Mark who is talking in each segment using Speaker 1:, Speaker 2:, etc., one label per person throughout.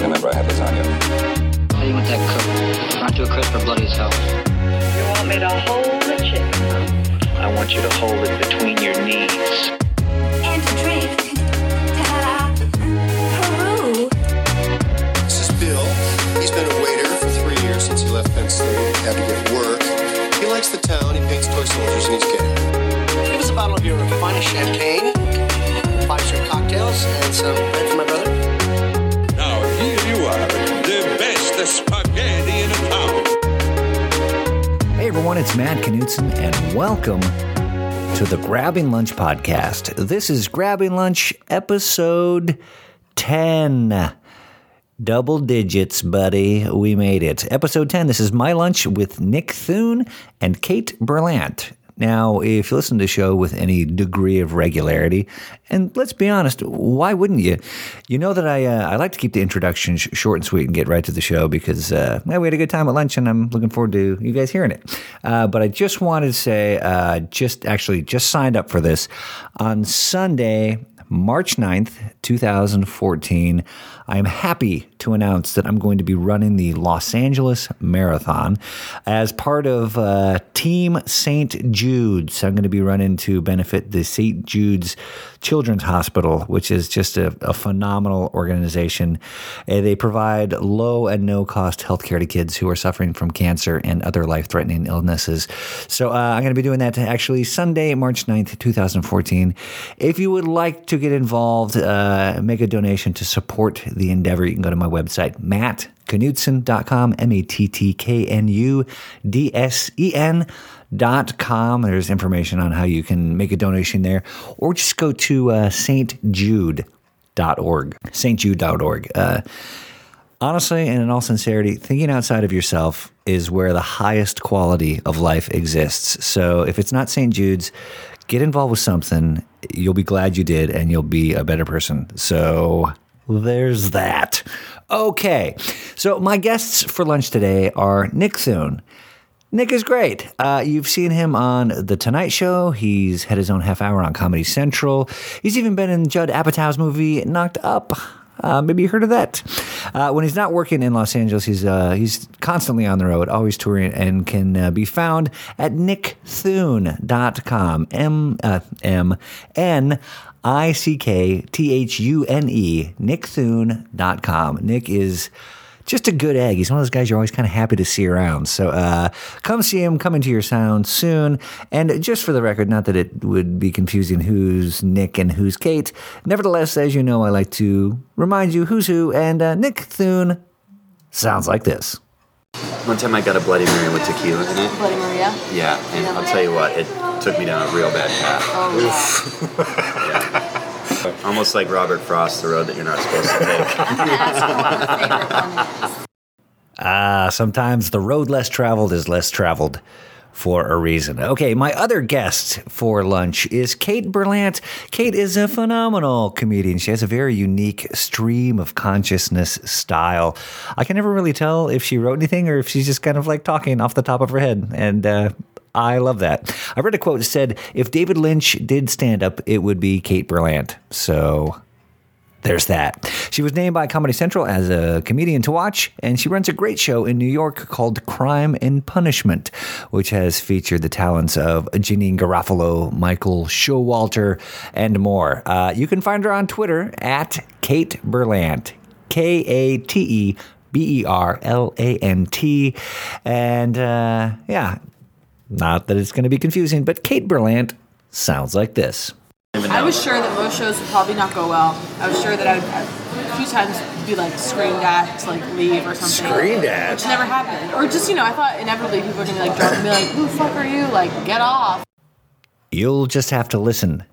Speaker 1: remember I had lasagna.
Speaker 2: How do you want that cooked? Not to a crisp or bloody as hell.
Speaker 3: You want me to hold the chicken?
Speaker 4: I want you to hold it between your knees.
Speaker 5: and drift to Peru.
Speaker 6: This is Bill. He's been a waiter for three years since he left Penn State. Had to get work. He likes the town. He paints toy soldiers and he's gay.
Speaker 7: Give us a bottle of your finest champagne, five shrimp cocktails, and some bread for my brother.
Speaker 8: Now here you are, the best spaghetti in town.
Speaker 9: Hey everyone, it's Matt Knutson, and welcome to the Grabbing Lunch podcast. This is Grabbing Lunch episode 10. Double digits, buddy. We made it. Episode 10. This is My Lunch with Nick Thune and Kate Berlant. Now, if you listen to the show with any degree of regularity, and let's be honest, why wouldn't you? You know that I uh, I like to keep the introduction sh- short and sweet and get right to the show because uh, well, we had a good time at lunch and I'm looking forward to you guys hearing it. Uh, but I just wanted to say, uh, just actually just signed up for this on Sunday. March 9th, 2014. I am happy to announce that I'm going to be running the Los Angeles Marathon as part of uh, Team St. Jude's. I'm going to be running to benefit the St. Jude's Children's Hospital, which is just a, a phenomenal organization. Uh, they provide low and no cost health care to kids who are suffering from cancer and other life threatening illnesses. So uh, I'm going to be doing that actually Sunday, March 9th, 2014. If you would like to get involved, uh, make a donation to support the endeavor, you can go to my website, mattknudsen.com, M A T T K N U D S E N. Dot com. There's information on how you can make a donation there, or just go to uh, stjude.org. Stjude.org. Uh, honestly and in all sincerity, thinking outside of yourself is where the highest quality of life exists. So if it's not St. Jude's, get involved with something. You'll be glad you did and you'll be a better person. So there's that. Okay. So my guests for lunch today are Nick Thune. Nick is great. Uh, you've seen him on The Tonight Show. He's had his own half hour on Comedy Central. He's even been in Judd Apatow's movie Knocked Up. Uh, maybe you heard of that. Uh, when he's not working in Los Angeles, he's uh, he's constantly on the road, always touring, and can uh, be found at nickthune.com. M uh, M N I C K T H U N E, nickthune.com. Nick is just a good egg. He's one of those guys you're always kind of happy to see around. So uh, come see him, come into your sound soon. And just for the record, not that it would be confusing who's Nick and who's Kate. Nevertheless, as you know, I like to remind you who's who. And uh, Nick Thune sounds like this.
Speaker 10: One time I got a Bloody Mary with tequila in it.
Speaker 11: Bloody Maria.
Speaker 10: Yeah, and I'll tell you what, it took me down a real bad path.
Speaker 11: Oh, yeah.
Speaker 10: Almost like Robert Frost, the road that you're not supposed to take.
Speaker 9: Ah, sometimes the road less traveled is less traveled for a reason. Okay, my other guest for lunch is Kate Berlant. Kate is a phenomenal comedian. She has a very unique stream of consciousness style. I can never really tell if she wrote anything or if she's just kind of like talking off the top of her head. And uh, I love that. I read a quote that said, If David Lynch did stand up, it would be Kate Berlant. So there's that. She was named by Comedy Central as a comedian to watch, and she runs a great show in New York called Crime and Punishment, which has featured the talents of Janine Garofalo, Michael Showalter, and more. Uh, you can find her on Twitter at Kate Berlant, K A T E B E R L A N T. And uh, yeah, not that it's going to be confusing, but Kate Berlant sounds like this.
Speaker 11: I was sure that most shows would probably not go well. I was sure that I would a few times be like screamed at to like leave or something.
Speaker 7: Screamed at?
Speaker 11: Which never happened. Or just, you know, I thought inevitably people were gonna be like drunk and be like, who the fuck are you? Like, get off.
Speaker 9: You'll just have to listen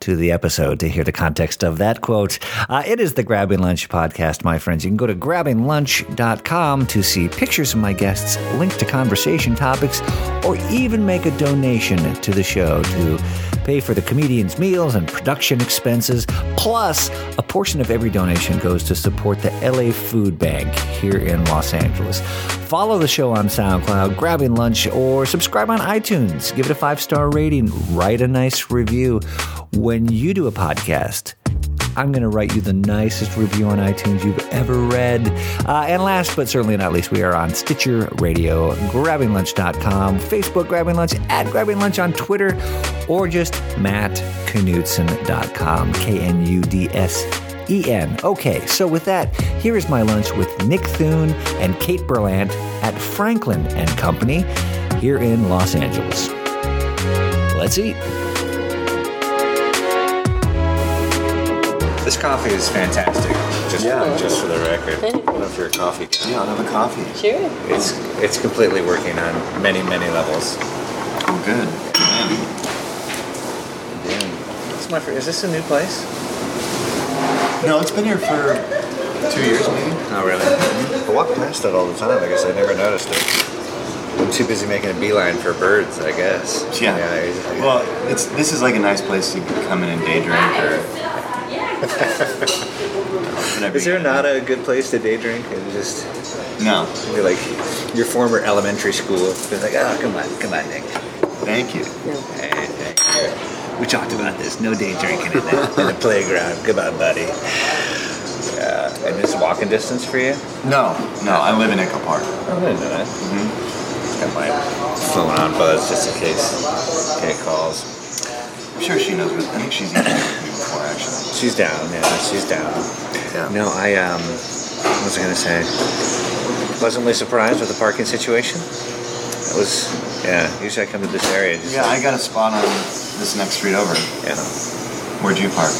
Speaker 9: to the episode to hear the context of that quote. Uh, it is the Grabbing Lunch podcast, my friends. You can go to grabbinglunch.com to see pictures of my guests, link to conversation topics, or even make a donation to the show to pay for the comedian's meals and production expenses. Plus, a portion of every donation goes to support the LA Food Bank here in Los Angeles. Follow the show on SoundCloud, grabbing lunch, or subscribe on iTunes. Give it a five star rating, write a nice review. When you do a podcast, I'm going to write you the nicest review on iTunes you've ever read. Uh, and last but certainly not least, we are on Stitcher Radio, grabbinglunch.com, Facebook Grabbing Lunch, at Grabbing Lunch on Twitter, or just mattknudsen.com, K N U D S. E-N. Okay, so with that, here is my lunch with Nick Thune and Kate Berlant at Franklin and Company here in Los Angeles. Let's eat.
Speaker 10: This coffee is fantastic. Just,
Speaker 1: Yeah.
Speaker 10: just for the record. I don't know if you're a coffee guy. Yeah, I love a coffee.
Speaker 1: Sure.
Speaker 10: It's it's completely working on many many levels.
Speaker 1: Oh, good.
Speaker 10: It's my fir- Is this a new place?
Speaker 1: No, it's been here for two years maybe. Mm-hmm.
Speaker 10: Oh really? I walk past it all the time. I guess I never noticed it. I'm too busy making a beeline for birds. I guess.
Speaker 1: Yeah.
Speaker 10: I- I-
Speaker 1: Well, it's this is like a nice place to come in and day drink or
Speaker 10: Is there not a good place to day drink and just
Speaker 1: no?
Speaker 10: Be like your former elementary school. Be like, oh, come on, come on, Nick.
Speaker 1: Thank you.
Speaker 10: Hey, hey, hey. We talked about this. No day drinking in the, in the playground. Come on, buddy. Uh, and this walking distance for you?
Speaker 1: No, no. I live in Echo Park.
Speaker 10: Oh, I didn't know that. Got my phone on buzz just in case Kate calls.
Speaker 1: I'm sure she knows. What, I think she's eaten with me before actually.
Speaker 10: She's down. Yeah, she's down. No, I um, what was I gonna say? Pleasantly surprised with the parking situation. That was yeah. Usually I come to this area. Just
Speaker 1: Yeah, I got a spot on this next street over.
Speaker 10: Yeah.
Speaker 1: Where'd you park?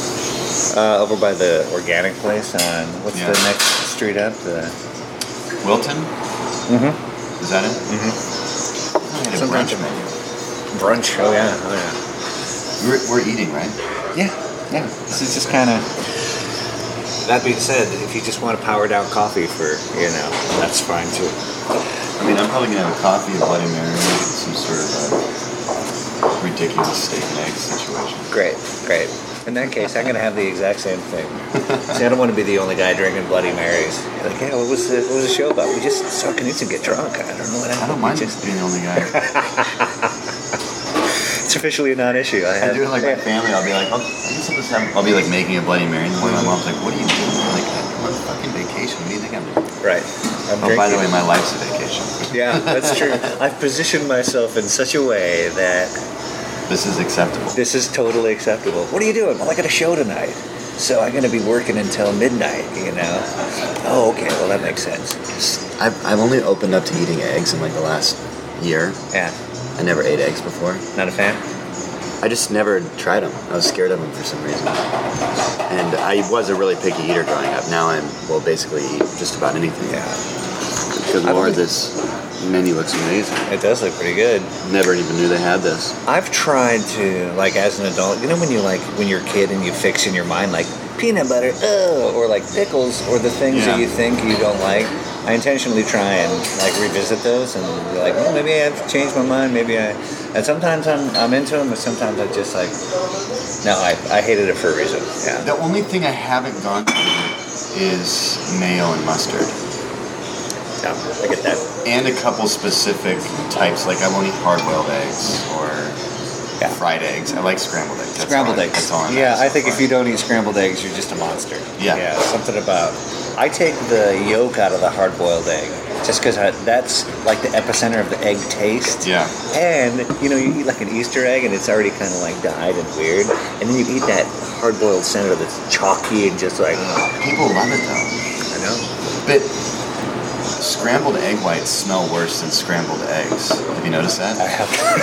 Speaker 10: Uh, over by the organic place on what's
Speaker 1: Yeah.
Speaker 10: the next street up? The
Speaker 1: Wilton.
Speaker 10: Mm-hmm.
Speaker 1: Is that it? I
Speaker 10: Mm-hmm.
Speaker 1: had a
Speaker 10: Sometimes
Speaker 1: brunch
Speaker 10: I-
Speaker 1: menu.
Speaker 10: Brunch. Oh yeah. Oh yeah.
Speaker 1: We're, we're eating, right?
Speaker 10: Yeah. Yeah. This is just kind of. That being said, if you just want a powered out coffee for you know, that's fine too.
Speaker 1: I mean, I'm probably gonna have a coffee, a Bloody Mary, and some sort of a ridiculous steak and eggs situation.
Speaker 10: Great. Great. In that case, I'm gonna have the exact same thing. See, I don't want to be the only guy drinking Bloody Marys. Like, yeah, what was the what was the show about? We just saw Knutson get drunk. I don't know what happened.
Speaker 1: I don't mind just being the only guy.
Speaker 10: It's officially a non-issue. I,
Speaker 1: I
Speaker 10: have,
Speaker 1: do it like my family. I'll be like, I'll, I guess I'll, just have, I'll be like making a Bloody Mary in the morning. My mom's like, "What are you doing? I'm like, I'm on fucking vacation. What do you think I'm doing?"
Speaker 10: Right. I'm
Speaker 1: oh, by the way,
Speaker 10: drinking.
Speaker 1: my life's a vacation.
Speaker 10: Yeah, that's true. I've positioned myself in such a way that
Speaker 1: this is acceptable.
Speaker 10: This is totally acceptable. What are you doing? Well, I got a show tonight, so I'm going to be working until midnight. You know? Oh, okay. Well, that makes sense.
Speaker 1: I've, I've only opened up to eating eggs in like the last year.
Speaker 10: Yeah.
Speaker 1: I never ate eggs before.
Speaker 10: Not a fan?
Speaker 1: I just never tried them. I was scared of them for some reason. And I was a really picky eater growing up. Now I'm, well, basically eat just about anything.
Speaker 10: Yeah.
Speaker 1: Good
Speaker 10: I don't
Speaker 1: lord,
Speaker 10: think-
Speaker 1: this menu looks amazing.
Speaker 10: It does look pretty good.
Speaker 1: Never even knew they had this.
Speaker 10: I've tried to like as an adult. You know when you like when you're a kid and you fix in your mind like peanut butter, ugh, or like pickles, or the things that
Speaker 1: Yeah.
Speaker 10: you think you don't like. I intentionally try and like revisit those and be like, well, maybe I've changed my mind. Maybe I. And sometimes I'm I'm into them, but sometimes I just like, no, I I hated it for a reason. Yeah.
Speaker 1: The only thing I haven't gone through is mayo and mustard.
Speaker 10: No, I get that.
Speaker 1: And a couple specific types, like I won't eat hard-boiled eggs or fried eggs. I like scrambled eggs. That's
Speaker 10: Scrambled
Speaker 1: all I-
Speaker 10: eggs.
Speaker 1: That's all I'm
Speaker 10: yeah, I think if you don't eat scrambled eggs, you're just a monster.
Speaker 1: Yeah.
Speaker 10: Yeah, something about. I take the yolk out of the hard boiled egg just because that's like the epicenter of the egg taste.
Speaker 1: Yeah.
Speaker 10: And, you know, you eat like an Easter egg and it's already kind of like dyed and weird. And then you eat that hard boiled center that's chalky and just like.
Speaker 1: People love it though.
Speaker 10: I know.
Speaker 1: But scrambled egg whites smell worse than scrambled eggs. Have you noticed
Speaker 10: I
Speaker 1: that?
Speaker 10: have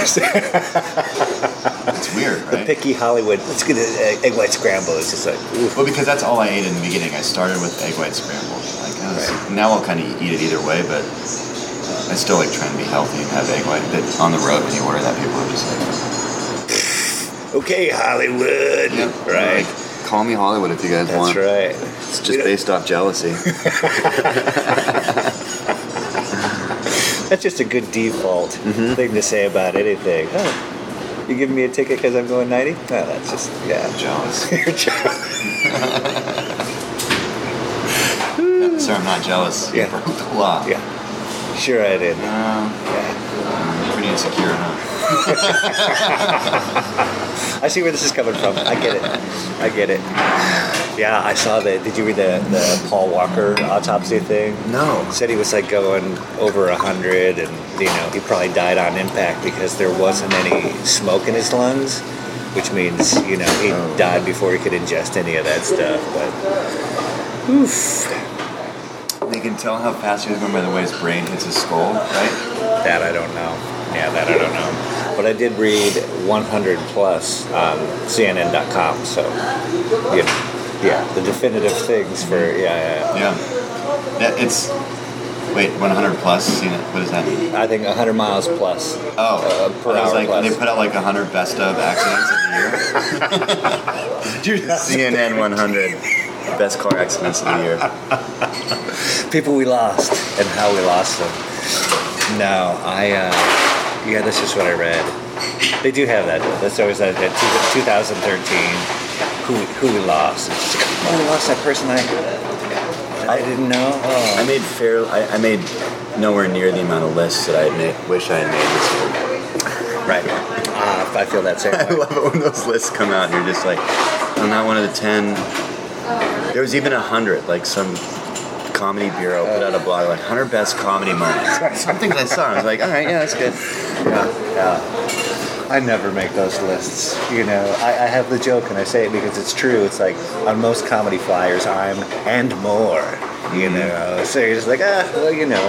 Speaker 1: It's weird,
Speaker 10: The
Speaker 1: right?
Speaker 10: picky Hollywood, let's get an egg, egg white scramble. It's just like, oof.
Speaker 1: Well, because that's all I ate in the beginning. I started with egg white scrambled. Like, I was- Now I'll kind of eat it either way, but I still like trying to be healthy and have egg white. But on the road, when you order that, people are just like,
Speaker 10: Okay, Hollywood. Right.
Speaker 1: Call me Hollywood if you guys
Speaker 10: That's right.
Speaker 1: It's
Speaker 10: You know-
Speaker 1: off jealousy.
Speaker 10: That's just a good default thing to say about anything. Oh, you giving me a ticket because I'm going 90? No, that's just, yeah.
Speaker 1: jealous.
Speaker 10: You're jealous.
Speaker 1: Sir, I'm not jealous.
Speaker 10: Yeah.
Speaker 1: You broke the law.
Speaker 10: yeah. Sure I did.
Speaker 1: Um,
Speaker 10: Yeah.
Speaker 1: pretty insecure, huh?
Speaker 10: I see where this is coming from. I get it. I get it. Yeah, I saw that. Did you read the, the Paul Walker autopsy thing?
Speaker 1: No.
Speaker 10: Said he was like going over a hundred, and you know he probably died on impact because there wasn't any smoke in his lungs, which means you know he died before he could ingest any of that stuff. But oof,
Speaker 1: They can tell how fast he was going by the way his brain hits his skull, right?
Speaker 10: That I don't know. Yeah, that I don't know. But I did read 100 plus on CNN.com, so you know, yeah, the definitive things for yeah, yeah.
Speaker 1: Yeah. Yeah, it's wait, 100 plus. Seen it? What does that mean?
Speaker 10: I think 100 miles plus.
Speaker 1: Oh,
Speaker 10: per
Speaker 1: I was
Speaker 10: hour
Speaker 1: like,
Speaker 10: plus.
Speaker 1: they put out like 100 best of accidents of the year. Dude, CNN 100 best car accidents of the year.
Speaker 10: people we lost and how we lost them. No, I, uh, yeah, that's just what I read. They do have that. That's always that, that two- 2013. Who, who we lost? It's just, oh, we lost that person I, I didn't know. Oh.
Speaker 1: I made fair. I, I made nowhere near the amount of lists that I had made, wish I had made this year.
Speaker 10: Right. Ah, I feel that same
Speaker 1: I love it when those lists come out. and You're just like, I'm not one of the ten. There was even a hundred, like some comedy bureau put out a blog, like 100 best comedy moments. Some things I saw, and I was like, all right, yeah, that's good.
Speaker 10: Yeah, yeah. I never make those lists. You know, I, I have the joke and I say it because it's true. It's like on most comedy flyers, I'm and more. You know, so you're just like ah, well, you know.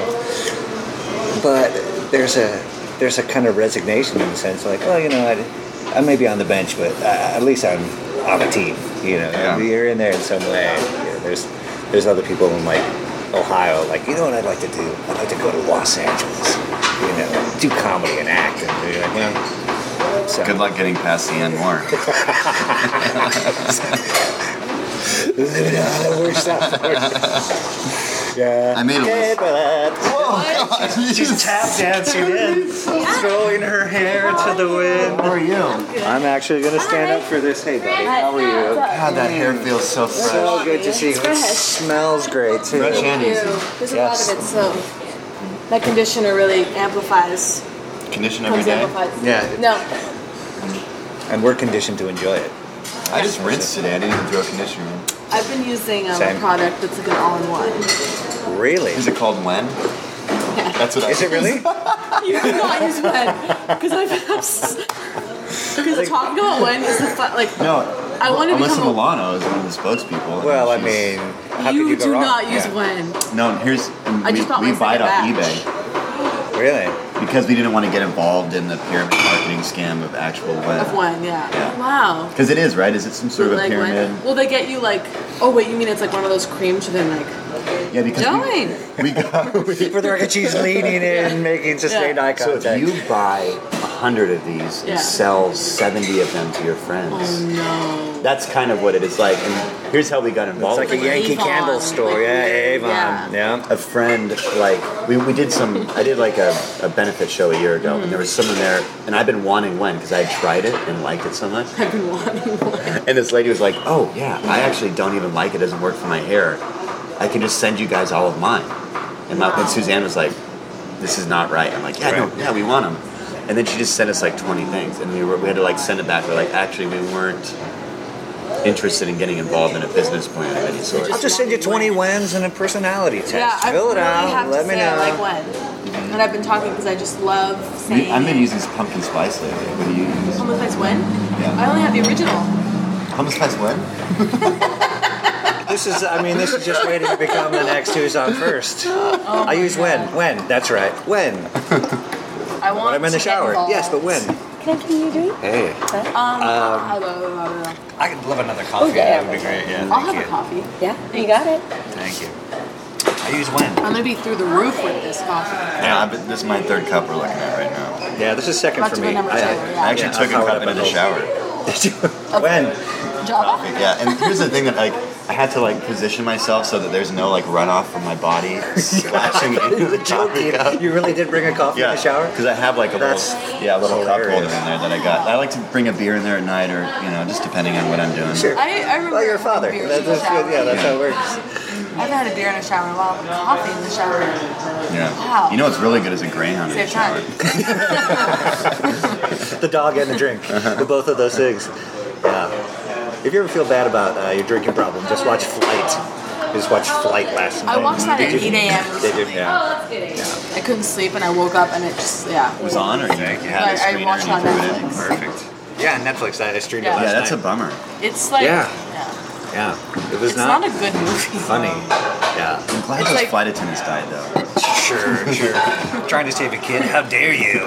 Speaker 10: But there's a there's a kind of resignation in the sense like, oh, you know, I, I may be on the bench, but uh, at least I'm on a team. You know,
Speaker 1: Yeah.
Speaker 10: you're in there in some way. You know, there's there's other people in like Ohio, like you know what I'd like to do? I'd like to go to Los Angeles. You know, do comedy and act, and you're like, yeah. So,
Speaker 1: Good luck getting past the end more.
Speaker 10: it works out for you. Yeah.
Speaker 1: I made a list.
Speaker 10: Whoa, She's tap dancing in, throwing her hair to the wind.
Speaker 1: How are you?
Speaker 10: I'm actually gonna stand up for this. Hey, buddy, how are you?
Speaker 1: God, that hair feels so fresh.
Speaker 10: So good to see you. It smells great too.
Speaker 1: Fresh and easy.
Speaker 11: There's
Speaker 10: Yes.
Speaker 11: a lot of it, so that conditioner really amplifies.
Speaker 1: Condition every
Speaker 11: Comes
Speaker 1: day.
Speaker 11: amplified.
Speaker 10: Yeah.
Speaker 11: No,
Speaker 10: And we're conditioned to enjoy it.
Speaker 1: I just rinsed today. I didn't even throw a conditioner in.
Speaker 11: I've been using um, a
Speaker 10: Same.
Speaker 11: product that's like an all-in-one.
Speaker 10: Really?
Speaker 1: Is it called When? That's what I
Speaker 10: Is it really?
Speaker 11: You cannot use one because I've because talking about one is the fun, like
Speaker 1: No.
Speaker 11: I wanna
Speaker 1: Unless
Speaker 11: become a-
Speaker 1: Milano is one of the spokespeople.
Speaker 10: Well, I
Speaker 1: She's-
Speaker 10: mean, how
Speaker 11: you
Speaker 10: could you go
Speaker 11: do
Speaker 10: wrong?
Speaker 11: not use
Speaker 10: Oh, Yeah.
Speaker 11: one.
Speaker 1: No, here's and
Speaker 11: I
Speaker 1: we,
Speaker 11: just bought
Speaker 1: we
Speaker 11: my
Speaker 1: buy it off
Speaker 11: second batch.
Speaker 1: eBay
Speaker 10: Really?
Speaker 1: because we didn't want to get involved in the pyramid marketing scam of actual
Speaker 11: Of
Speaker 1: web.
Speaker 11: one, yeah.
Speaker 1: Yeah.
Speaker 11: Wow.
Speaker 1: Because it is right. Is it some sort of a
Speaker 11: Bootleg one.
Speaker 1: pyramid?
Speaker 11: Well, they get you like. Oh wait, you mean it's like one of those creams you then like
Speaker 1: Yeah, because we,
Speaker 11: join?
Speaker 1: we got. We,
Speaker 10: For the record, she's leaning in, making sustained eye
Speaker 1: so
Speaker 10: contact.
Speaker 1: if you buy a hundred of these
Speaker 11: Yeah.
Speaker 1: and sell seventy of them to your friends,
Speaker 11: Oh no.
Speaker 1: that's kind of what it is like. And here's how we got
Speaker 10: it's
Speaker 1: involved.
Speaker 10: like a
Speaker 1: with it.
Speaker 10: Yankee
Speaker 11: Avon,
Speaker 10: Candle store,
Speaker 11: like,
Speaker 10: yeah,
Speaker 11: weird,
Speaker 10: Avon, yeah.
Speaker 1: a friend like we, we did some i did like a, a benefit show a year ago and there was someone there and i've been wanting one because i had tried it and liked it so much
Speaker 11: I've been wanting one.
Speaker 1: and this lady was like oh yeah i actually don't even like it, it doesn't work for my hair i can just send you guys all of mine and, my, and suzanne was like this is not right i'm like yeah no
Speaker 10: Right.
Speaker 1: yeah we want them and then she just sent us like 20 things and we, were, we had to like send it back we're like actually we weren't interested in getting involved in a business plan of any sort
Speaker 10: I'll just send you 20 wins and a personality test.
Speaker 11: Yeah, I
Speaker 10: Fill it
Speaker 11: really
Speaker 10: out.
Speaker 11: have
Speaker 10: let
Speaker 11: to
Speaker 10: me
Speaker 11: say
Speaker 10: know.
Speaker 11: I like one. And I've been talking because I just love saying.
Speaker 1: i've been using this pumpkin spice lately what do you use
Speaker 11: Humble Spice One.
Speaker 1: Yeah.
Speaker 11: I only have the original.
Speaker 1: Hummus Spice what?
Speaker 10: This is, I mean, this is just waiting to become the next who's on first.
Speaker 5: Oh
Speaker 10: I use when, when. That's right, when.
Speaker 11: I want.
Speaker 10: When I'm
Speaker 11: to
Speaker 10: in
Speaker 11: get
Speaker 10: the shower.
Speaker 11: involved.
Speaker 10: Yes, but when.
Speaker 5: Can I give you a drink?
Speaker 10: Hey,
Speaker 11: Um, I love, love, love.
Speaker 10: I could love another coffee.
Speaker 5: yeah.
Speaker 10: That would be great. Yeah,
Speaker 11: I'll
Speaker 10: thank
Speaker 11: have
Speaker 10: you.
Speaker 11: a coffee.
Speaker 5: Yeah, you got it.
Speaker 10: Thank you. I use when.
Speaker 11: I'm gonna be through the roof with this coffee.
Speaker 1: Yeah, I've been, this is my third cup we're looking at right now.
Speaker 10: Yeah, this is second
Speaker 11: That's
Speaker 10: for
Speaker 11: my
Speaker 10: me.
Speaker 11: number two, yeah.
Speaker 1: I actually
Speaker 10: Yeah,
Speaker 1: took
Speaker 10: I'll
Speaker 1: a cup
Speaker 10: have
Speaker 1: into the
Speaker 10: both.
Speaker 1: shower.
Speaker 10: when?
Speaker 11: Java.
Speaker 1: Yeah, and here's the thing that like I had to like position myself so that there's no like runoff from my body splashing into the coffee cup.
Speaker 10: You really did bring a coffee in the shower?
Speaker 1: Because I have like a
Speaker 10: That's
Speaker 1: little, yeah, a little cup holder in
Speaker 10: hilarious.
Speaker 1: there that I got. I like to bring a beer in there at night, or you know, just depending on what I'm doing.
Speaker 10: Sure.
Speaker 11: I, I remember.
Speaker 10: Well, you're a father.
Speaker 11: having beers
Speaker 10: That-
Speaker 11: in the
Speaker 10: that's good. Yeah, that's how it works.
Speaker 11: shower. I haven't had a beer in a shower in a while, but coffee in the shower.
Speaker 1: Yeah.
Speaker 11: Wow.
Speaker 1: You know what's really good is a Greyhound in the
Speaker 11: Save
Speaker 1: shower.
Speaker 11: time.
Speaker 10: the dog and the drink,
Speaker 11: Uh-huh.
Speaker 10: the both of those things. Yeah. If you ever feel bad about uh, your drinking problem, just watch Flight. Just watch Flight last night.
Speaker 11: I watched that at
Speaker 10: Did you-
Speaker 11: 8 a.m.
Speaker 10: Did you? Yeah.
Speaker 11: I couldn't sleep and I woke up and it just, yeah.
Speaker 1: It was on, or you had
Speaker 11: I- I
Speaker 1: a screener
Speaker 11: watched
Speaker 1: and you
Speaker 11: on
Speaker 1: threw it in?
Speaker 11: Netflix.
Speaker 1: Perfect.
Speaker 10: Yeah, Netflix. I, I streamed
Speaker 11: Yeah.
Speaker 10: it last
Speaker 1: Yeah, that's a
Speaker 10: night.
Speaker 1: bummer.
Speaker 11: It's like,
Speaker 10: Yeah.
Speaker 11: yeah.
Speaker 10: yeah. It was
Speaker 11: It's not, a good movie.
Speaker 10: funny. Yeah.
Speaker 1: I'm glad
Speaker 11: It's
Speaker 1: those
Speaker 11: like-
Speaker 1: flight attendants died though.
Speaker 10: Sure, sure. Trying to save a kid. How dare you?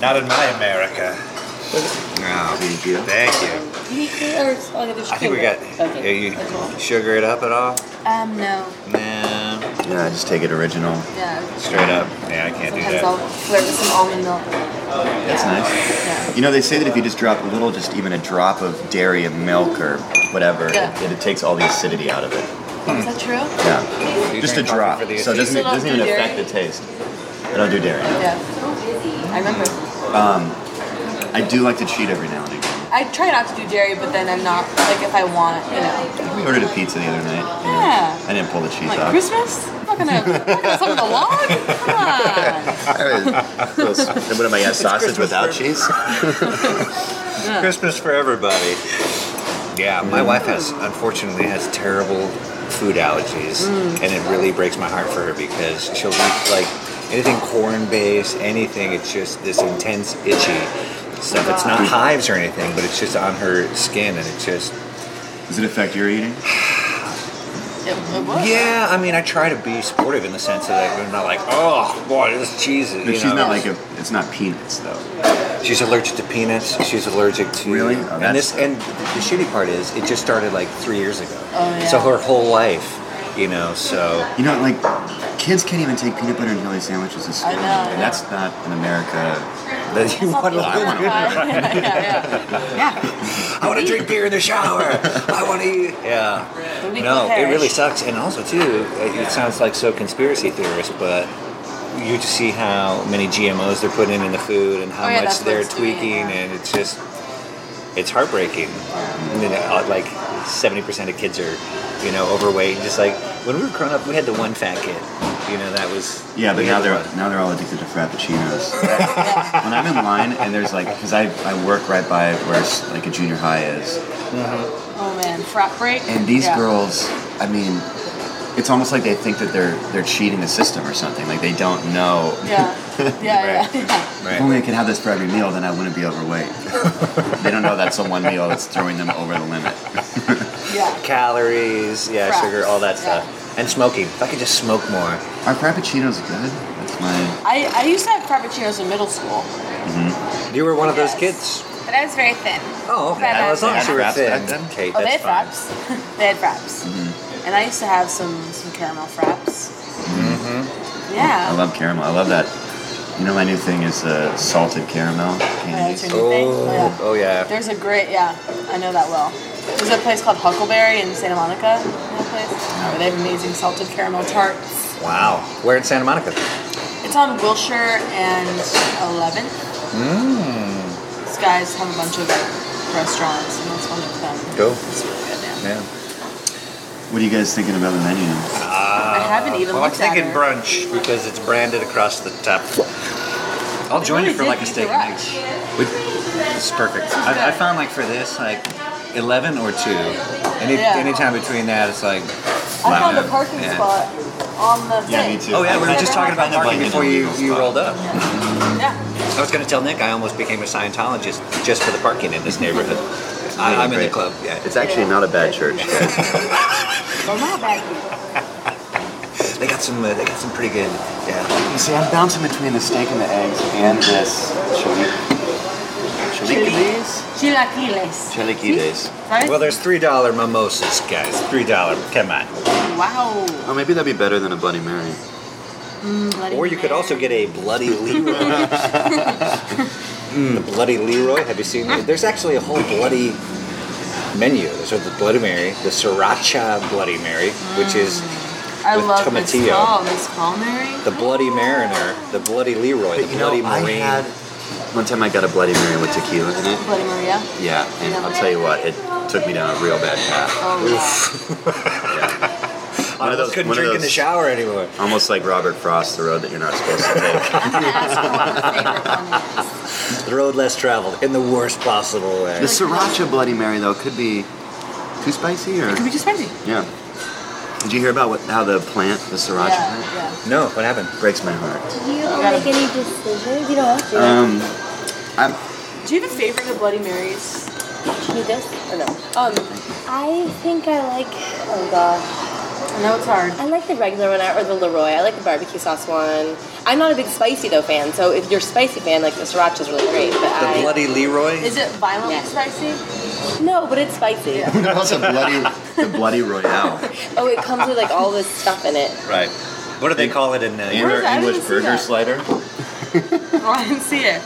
Speaker 10: Not in my America. No.
Speaker 1: Thank you.
Speaker 10: Thank you. I think we got. Are you sugar it up at all?
Speaker 11: Um, no.
Speaker 10: Nah.
Speaker 1: Yeah, just take it original.
Speaker 11: Yeah.
Speaker 10: Straight up. Yeah, I can't do
Speaker 11: Sometimes
Speaker 10: that.
Speaker 11: I'll flirt with some almond milk.
Speaker 1: That's nice.
Speaker 11: Yeah.
Speaker 1: You know, they say that if you just drop a little, just even a drop of dairy and milk or whatever,
Speaker 11: Yeah.
Speaker 1: it, it takes all the acidity out of it.
Speaker 11: Is that true?
Speaker 1: Yeah.
Speaker 10: You
Speaker 1: Just a
Speaker 10: drink coffee
Speaker 1: drop.
Speaker 10: for the
Speaker 1: So it doesn't,
Speaker 11: You
Speaker 1: it
Speaker 11: still
Speaker 1: doesn't
Speaker 11: don't
Speaker 1: even
Speaker 11: do
Speaker 1: affect the
Speaker 11: dairy?
Speaker 1: taste. I don't do dairy. no.
Speaker 11: Yeah. I remember.
Speaker 1: I do like to cheat every now and again.
Speaker 11: I try not to do dairy, but then I'm not, like, if I want it, you know.
Speaker 1: We ordered a pizza the other night. you know.
Speaker 11: Yeah.
Speaker 1: I didn't pull the cheese
Speaker 11: Like
Speaker 1: off.
Speaker 11: Christmas? I'm not gonna, I'm not gonna summon a log? Come on.
Speaker 1: I was- what am I, yeah, sausage without cheese?
Speaker 10: Christmas for everybody. Yeah, my wife has unfortunately has terrible food allergies, and it really breaks my heart for her because she'll eat like anything corn based, anything. It's just this intense itchy stuff. It's not hives or anything, but it's just on her skin, and it's just
Speaker 1: Does it affect your eating?
Speaker 11: It, it was.
Speaker 10: yeah. I mean, I try to be supportive in the sense that I'm not like, oh boy, this cheese is.
Speaker 1: No,
Speaker 10: you
Speaker 1: she's
Speaker 10: know.
Speaker 1: not like a. It's not peanuts though.
Speaker 10: She's allergic to peanuts. She's allergic to
Speaker 1: Really? Oh,
Speaker 10: and
Speaker 1: that's-
Speaker 10: this and the shitty part is it just started like three years ago.
Speaker 11: Oh, yeah.
Speaker 10: So her whole life, you know. So
Speaker 1: You know, like kids can't even take peanut butter and jelly sandwiches to school,
Speaker 11: I know, I
Speaker 1: and that's not in America.
Speaker 10: that you
Speaker 11: It's not
Speaker 10: want
Speaker 11: the
Speaker 10: to
Speaker 1: I want
Speaker 11: other one. yeah, yeah. yeah.
Speaker 10: I want to drink beer in the shower. I want to eat. Yeah.
Speaker 11: The weekly
Speaker 10: No, it
Speaker 11: parish.
Speaker 10: really sucks. And also too, it, it sounds like so conspiracy theorist, but you just see how many GMOs they're putting in the food and how
Speaker 11: Oh, yeah,
Speaker 10: much
Speaker 11: that's what
Speaker 10: they're
Speaker 11: it's doing,
Speaker 10: tweaking,
Speaker 11: yeah.
Speaker 10: and it's just it's heartbreaking. And then, uh, like seventy percent of kids are, you know, overweight. Just like when we were growing up, we had the one fat kid. You know, that was
Speaker 1: Yeah, but
Speaker 10: we had
Speaker 1: now
Speaker 10: the
Speaker 1: they're
Speaker 10: one.
Speaker 1: now they're all addicted to frappuccinos. when I'm in line and there's like, because I, I work right by where s- like a junior high is,
Speaker 11: Oh man, frat break.
Speaker 1: and these
Speaker 11: Yeah.
Speaker 1: girls, I mean, it's almost like they think that they're they're cheating the system or something. Like they don't know.
Speaker 11: Yeah, yeah, yeah. yeah.
Speaker 1: If only I could have this for every meal, then I wouldn't be overweight. they don't know that's the one meal that's throwing them over the limit.
Speaker 11: yeah.
Speaker 10: calories, yeah,
Speaker 11: Crap.
Speaker 10: sugar, all that
Speaker 11: Yeah.
Speaker 10: stuff, and smoking. If I could just smoke more.
Speaker 1: Are frappuccinos good? That's my.
Speaker 11: I, I used to have frappuccinos in middle school.
Speaker 10: You were one of those
Speaker 11: Yes.
Speaker 10: kids.
Speaker 5: But I was very thin.
Speaker 10: Oh, okay.
Speaker 5: Fat
Speaker 10: Well, as long as you were
Speaker 1: ass.
Speaker 10: thin.
Speaker 1: Fat ass.
Speaker 10: Kate,
Speaker 11: Oh, they had
Speaker 10: that's fine. Mm-hmm.
Speaker 11: fraps. they had fraps. And I used to have some some caramel fraps. Mm-hmm.
Speaker 10: Mm-hmm.
Speaker 1: I
Speaker 11: Yeah.
Speaker 1: love caramel. I love that. You know, my new thing is uh, salted caramel
Speaker 11: That's
Speaker 1: candies.
Speaker 11: your new thing? Oh,
Speaker 10: Oh,
Speaker 11: yeah.
Speaker 10: oh yeah.
Speaker 11: There's a great yeah, I know that well. There's a place called Huckleberry in Santa Monica. you know that place? Where they have amazing salted caramel tarts.
Speaker 10: Wow. Where in Santa Monica?
Speaker 11: It's on Wilshire and 11th. Mmm.
Speaker 10: Mm.
Speaker 11: These guys have a bunch of restaurants, and that's one of them.
Speaker 10: Go.
Speaker 11: It's really good, yeah.
Speaker 10: Yeah.
Speaker 1: What are you guys thinking about the menu?
Speaker 11: I haven't even
Speaker 10: Uh, Well, I'm
Speaker 11: looked at
Speaker 10: thinking
Speaker 11: her.
Speaker 10: brunch because it's branded across the top. I'll join
Speaker 11: really
Speaker 10: you for
Speaker 11: did
Speaker 10: like a
Speaker 11: beat the
Speaker 10: steak and
Speaker 11: rush.
Speaker 10: eggs. Which- It's perfect. I, I found like for this like eleven or two. Any
Speaker 11: Yeah.
Speaker 10: anytime between that, it's like.
Speaker 11: I found a
Speaker 10: wow.
Speaker 11: parking
Speaker 10: Yeah.
Speaker 11: spot on the
Speaker 1: Yeah,
Speaker 11: thing.
Speaker 1: me too.
Speaker 10: Oh yeah, we were
Speaker 11: I
Speaker 10: just talking about
Speaker 1: kind of
Speaker 10: parking
Speaker 1: like
Speaker 10: before
Speaker 1: an
Speaker 10: you,
Speaker 1: illegal
Speaker 10: you
Speaker 1: spot.
Speaker 10: rolled up.
Speaker 11: Yeah.
Speaker 10: I was gonna tell Nick I almost became a Scientologist just for the parking in this neighborhood. I, I'm in the
Speaker 1: Great.
Speaker 10: club. Yeah.
Speaker 1: It's actually not a bad church, guys.
Speaker 11: They're not bad people.
Speaker 10: They got some. Uh, they got some pretty good. Yeah.
Speaker 1: You see, I'm bouncing between the steak and the eggs and this chili-
Speaker 11: Chilaquiles.
Speaker 1: Chilaquiles.
Speaker 11: Right?
Speaker 10: Well, there's three dollar mimosas, guys. Three dollar. Come on.
Speaker 11: wow.
Speaker 1: Oh, maybe that'd be better than a Bloody Mary.
Speaker 11: Bloody
Speaker 10: Or you could
Speaker 11: Mary.
Speaker 10: also get a Bloody Leroy. the Bloody Leroy. Have you seen? There's actually a whole Bloody menu. There's the Bloody Mary, the Sriracha Bloody Mary, which is
Speaker 11: I
Speaker 10: with
Speaker 11: love this
Speaker 10: tomatillo.
Speaker 11: call. This call, Mary.
Speaker 10: the Bloody Mariner, the Bloody Leroy,
Speaker 1: But
Speaker 10: the
Speaker 1: you know,
Speaker 10: Bloody
Speaker 1: I
Speaker 10: Marine.
Speaker 1: had one time I got a Bloody Mary with tequila in it.
Speaker 11: Bloody Maria.
Speaker 1: Yeah, and I'll tell you what, it took me down a real bad path.
Speaker 11: Oh, wow.
Speaker 10: I
Speaker 1: One of
Speaker 10: almost
Speaker 1: those-
Speaker 10: couldn't
Speaker 1: one of
Speaker 10: drink in the
Speaker 1: those-
Speaker 10: shower anymore.
Speaker 1: Almost like Robert Frost, the road that you're not supposed to take.
Speaker 10: The road less traveled in the worst possible way.
Speaker 1: the sriracha Bloody Mary though could be too spicy, or
Speaker 11: Could be just spicy.
Speaker 1: yeah. Did you hear about what, how the plant, the sriracha plant,
Speaker 11: Yeah, yeah.
Speaker 10: no, what happened?
Speaker 1: breaks my heart?
Speaker 5: Do you make any decisions? You don't have to.
Speaker 1: Um,
Speaker 11: Do you have a favorite of Bloody Marys?
Speaker 5: Need this or no?
Speaker 11: Um,
Speaker 5: I think I like. Oh gosh.
Speaker 11: I know it's hard.
Speaker 5: I like the regular one or the Leroy. I like the barbecue sauce one. I'm not a big spicy though fan, so if you're a spicy fan, like the sriracha's really great. But
Speaker 10: The
Speaker 5: I
Speaker 10: Bloody Leroy?
Speaker 11: Is it violently
Speaker 5: Yeah.
Speaker 11: spicy?
Speaker 5: no, but it's spicy.
Speaker 1: what's a bloody, the bloody royale?
Speaker 5: Oh, it comes with like all this stuff in it.
Speaker 10: Right. What do they call it in uh,
Speaker 1: And
Speaker 11: is
Speaker 1: our
Speaker 11: that? I didn't
Speaker 1: English
Speaker 11: see
Speaker 1: burger
Speaker 11: that.
Speaker 1: slider.
Speaker 11: Oh, I didn't see it.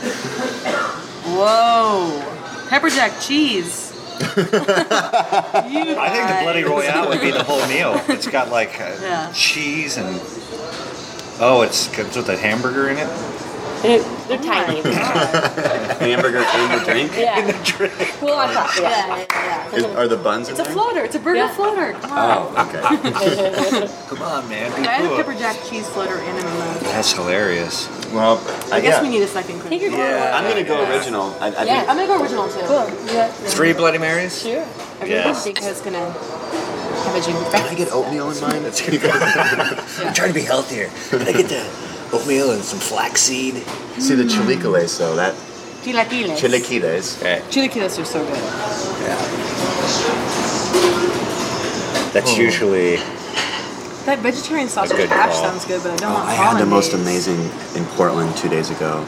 Speaker 11: Whoa. Pepper jack cheese. you
Speaker 10: I think the Bloody Royale would be the whole meal. It's got like uh,
Speaker 11: Yeah.
Speaker 10: cheese and oh, it's comes with a hamburger in it.
Speaker 5: They're, they're tiny.
Speaker 1: Hamburger in the drink.
Speaker 5: Yeah. Well, on top. Yeah.
Speaker 11: Yeah, yeah, yeah.
Speaker 1: Is- are the buns?
Speaker 11: It's a floater. It's a burger
Speaker 5: Yeah.
Speaker 11: floater. Come on.
Speaker 1: Oh, okay.
Speaker 10: Come on, man.
Speaker 11: I had a pepper jack cheese floater in a mimosa.
Speaker 10: That's hilarious.
Speaker 1: Well,
Speaker 11: I guess
Speaker 1: Uh, yeah.
Speaker 11: we need a second
Speaker 5: Take
Speaker 11: clip.
Speaker 5: your
Speaker 10: Yeah.
Speaker 1: I'm gonna go original. I, I
Speaker 5: Yeah.
Speaker 11: I'm gonna go original too.
Speaker 5: Cool. Yeah.
Speaker 10: Three Bloody Marys.
Speaker 5: Sure.
Speaker 11: I think
Speaker 10: Yeah.
Speaker 11: Dika's gonna have a jingle
Speaker 1: think. Can I get oatmeal in mine? That's good.
Speaker 10: I'm trying to be healthier. Can I get the oatmeal and some flaxseed?
Speaker 1: See the chilaquiles though. That
Speaker 11: Chilaquiles.
Speaker 1: chilaquiles.
Speaker 11: Chilaquiles are so good.
Speaker 10: That's usually
Speaker 11: That vegetarian sausage
Speaker 10: good
Speaker 11: hash
Speaker 10: call.
Speaker 11: sounds good, but I don't
Speaker 1: Oh,
Speaker 11: want
Speaker 1: I had the most
Speaker 11: hollandaise.
Speaker 1: amazing in Portland two days ago.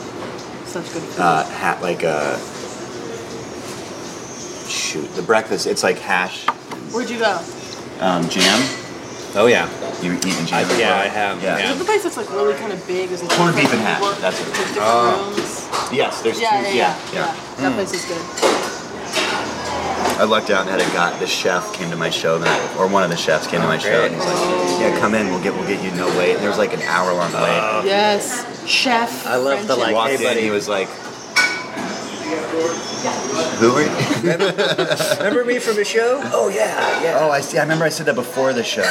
Speaker 11: Such good food.
Speaker 1: Uh, hat like a shoot the breakfast. It's like hash
Speaker 11: Where'd you go?
Speaker 1: um, jam.
Speaker 10: oh yeah.
Speaker 1: You eaten jam?
Speaker 10: I- yeah, I have, yeah.
Speaker 11: The place that's like really kind of big. There's like
Speaker 1: Corned beef
Speaker 11: different
Speaker 1: and hash,
Speaker 11: work-
Speaker 1: that's it.
Speaker 11: there's different rooms.
Speaker 1: Yes, there's
Speaker 11: Yeah,
Speaker 1: two.
Speaker 11: yeah, yeah.
Speaker 1: yeah.
Speaker 11: yeah. That place is good.
Speaker 1: I lucked out and had a guy. The chef came to my show that, or one of the chefs came to
Speaker 10: Oh,
Speaker 1: my show, and he's like, "Yeah, come in. We'll get we'll get you no wait." And there was like an hour long wait.
Speaker 11: Yes, chef.
Speaker 10: Oh, I love the,
Speaker 11: friendship.
Speaker 10: like,
Speaker 1: walked
Speaker 10: hey,
Speaker 1: in,
Speaker 10: buddy.
Speaker 1: he was like, "Who are you?"
Speaker 10: Remember me from a show? Oh yeah, yeah.
Speaker 1: Oh, I see. I remember I said that before the show.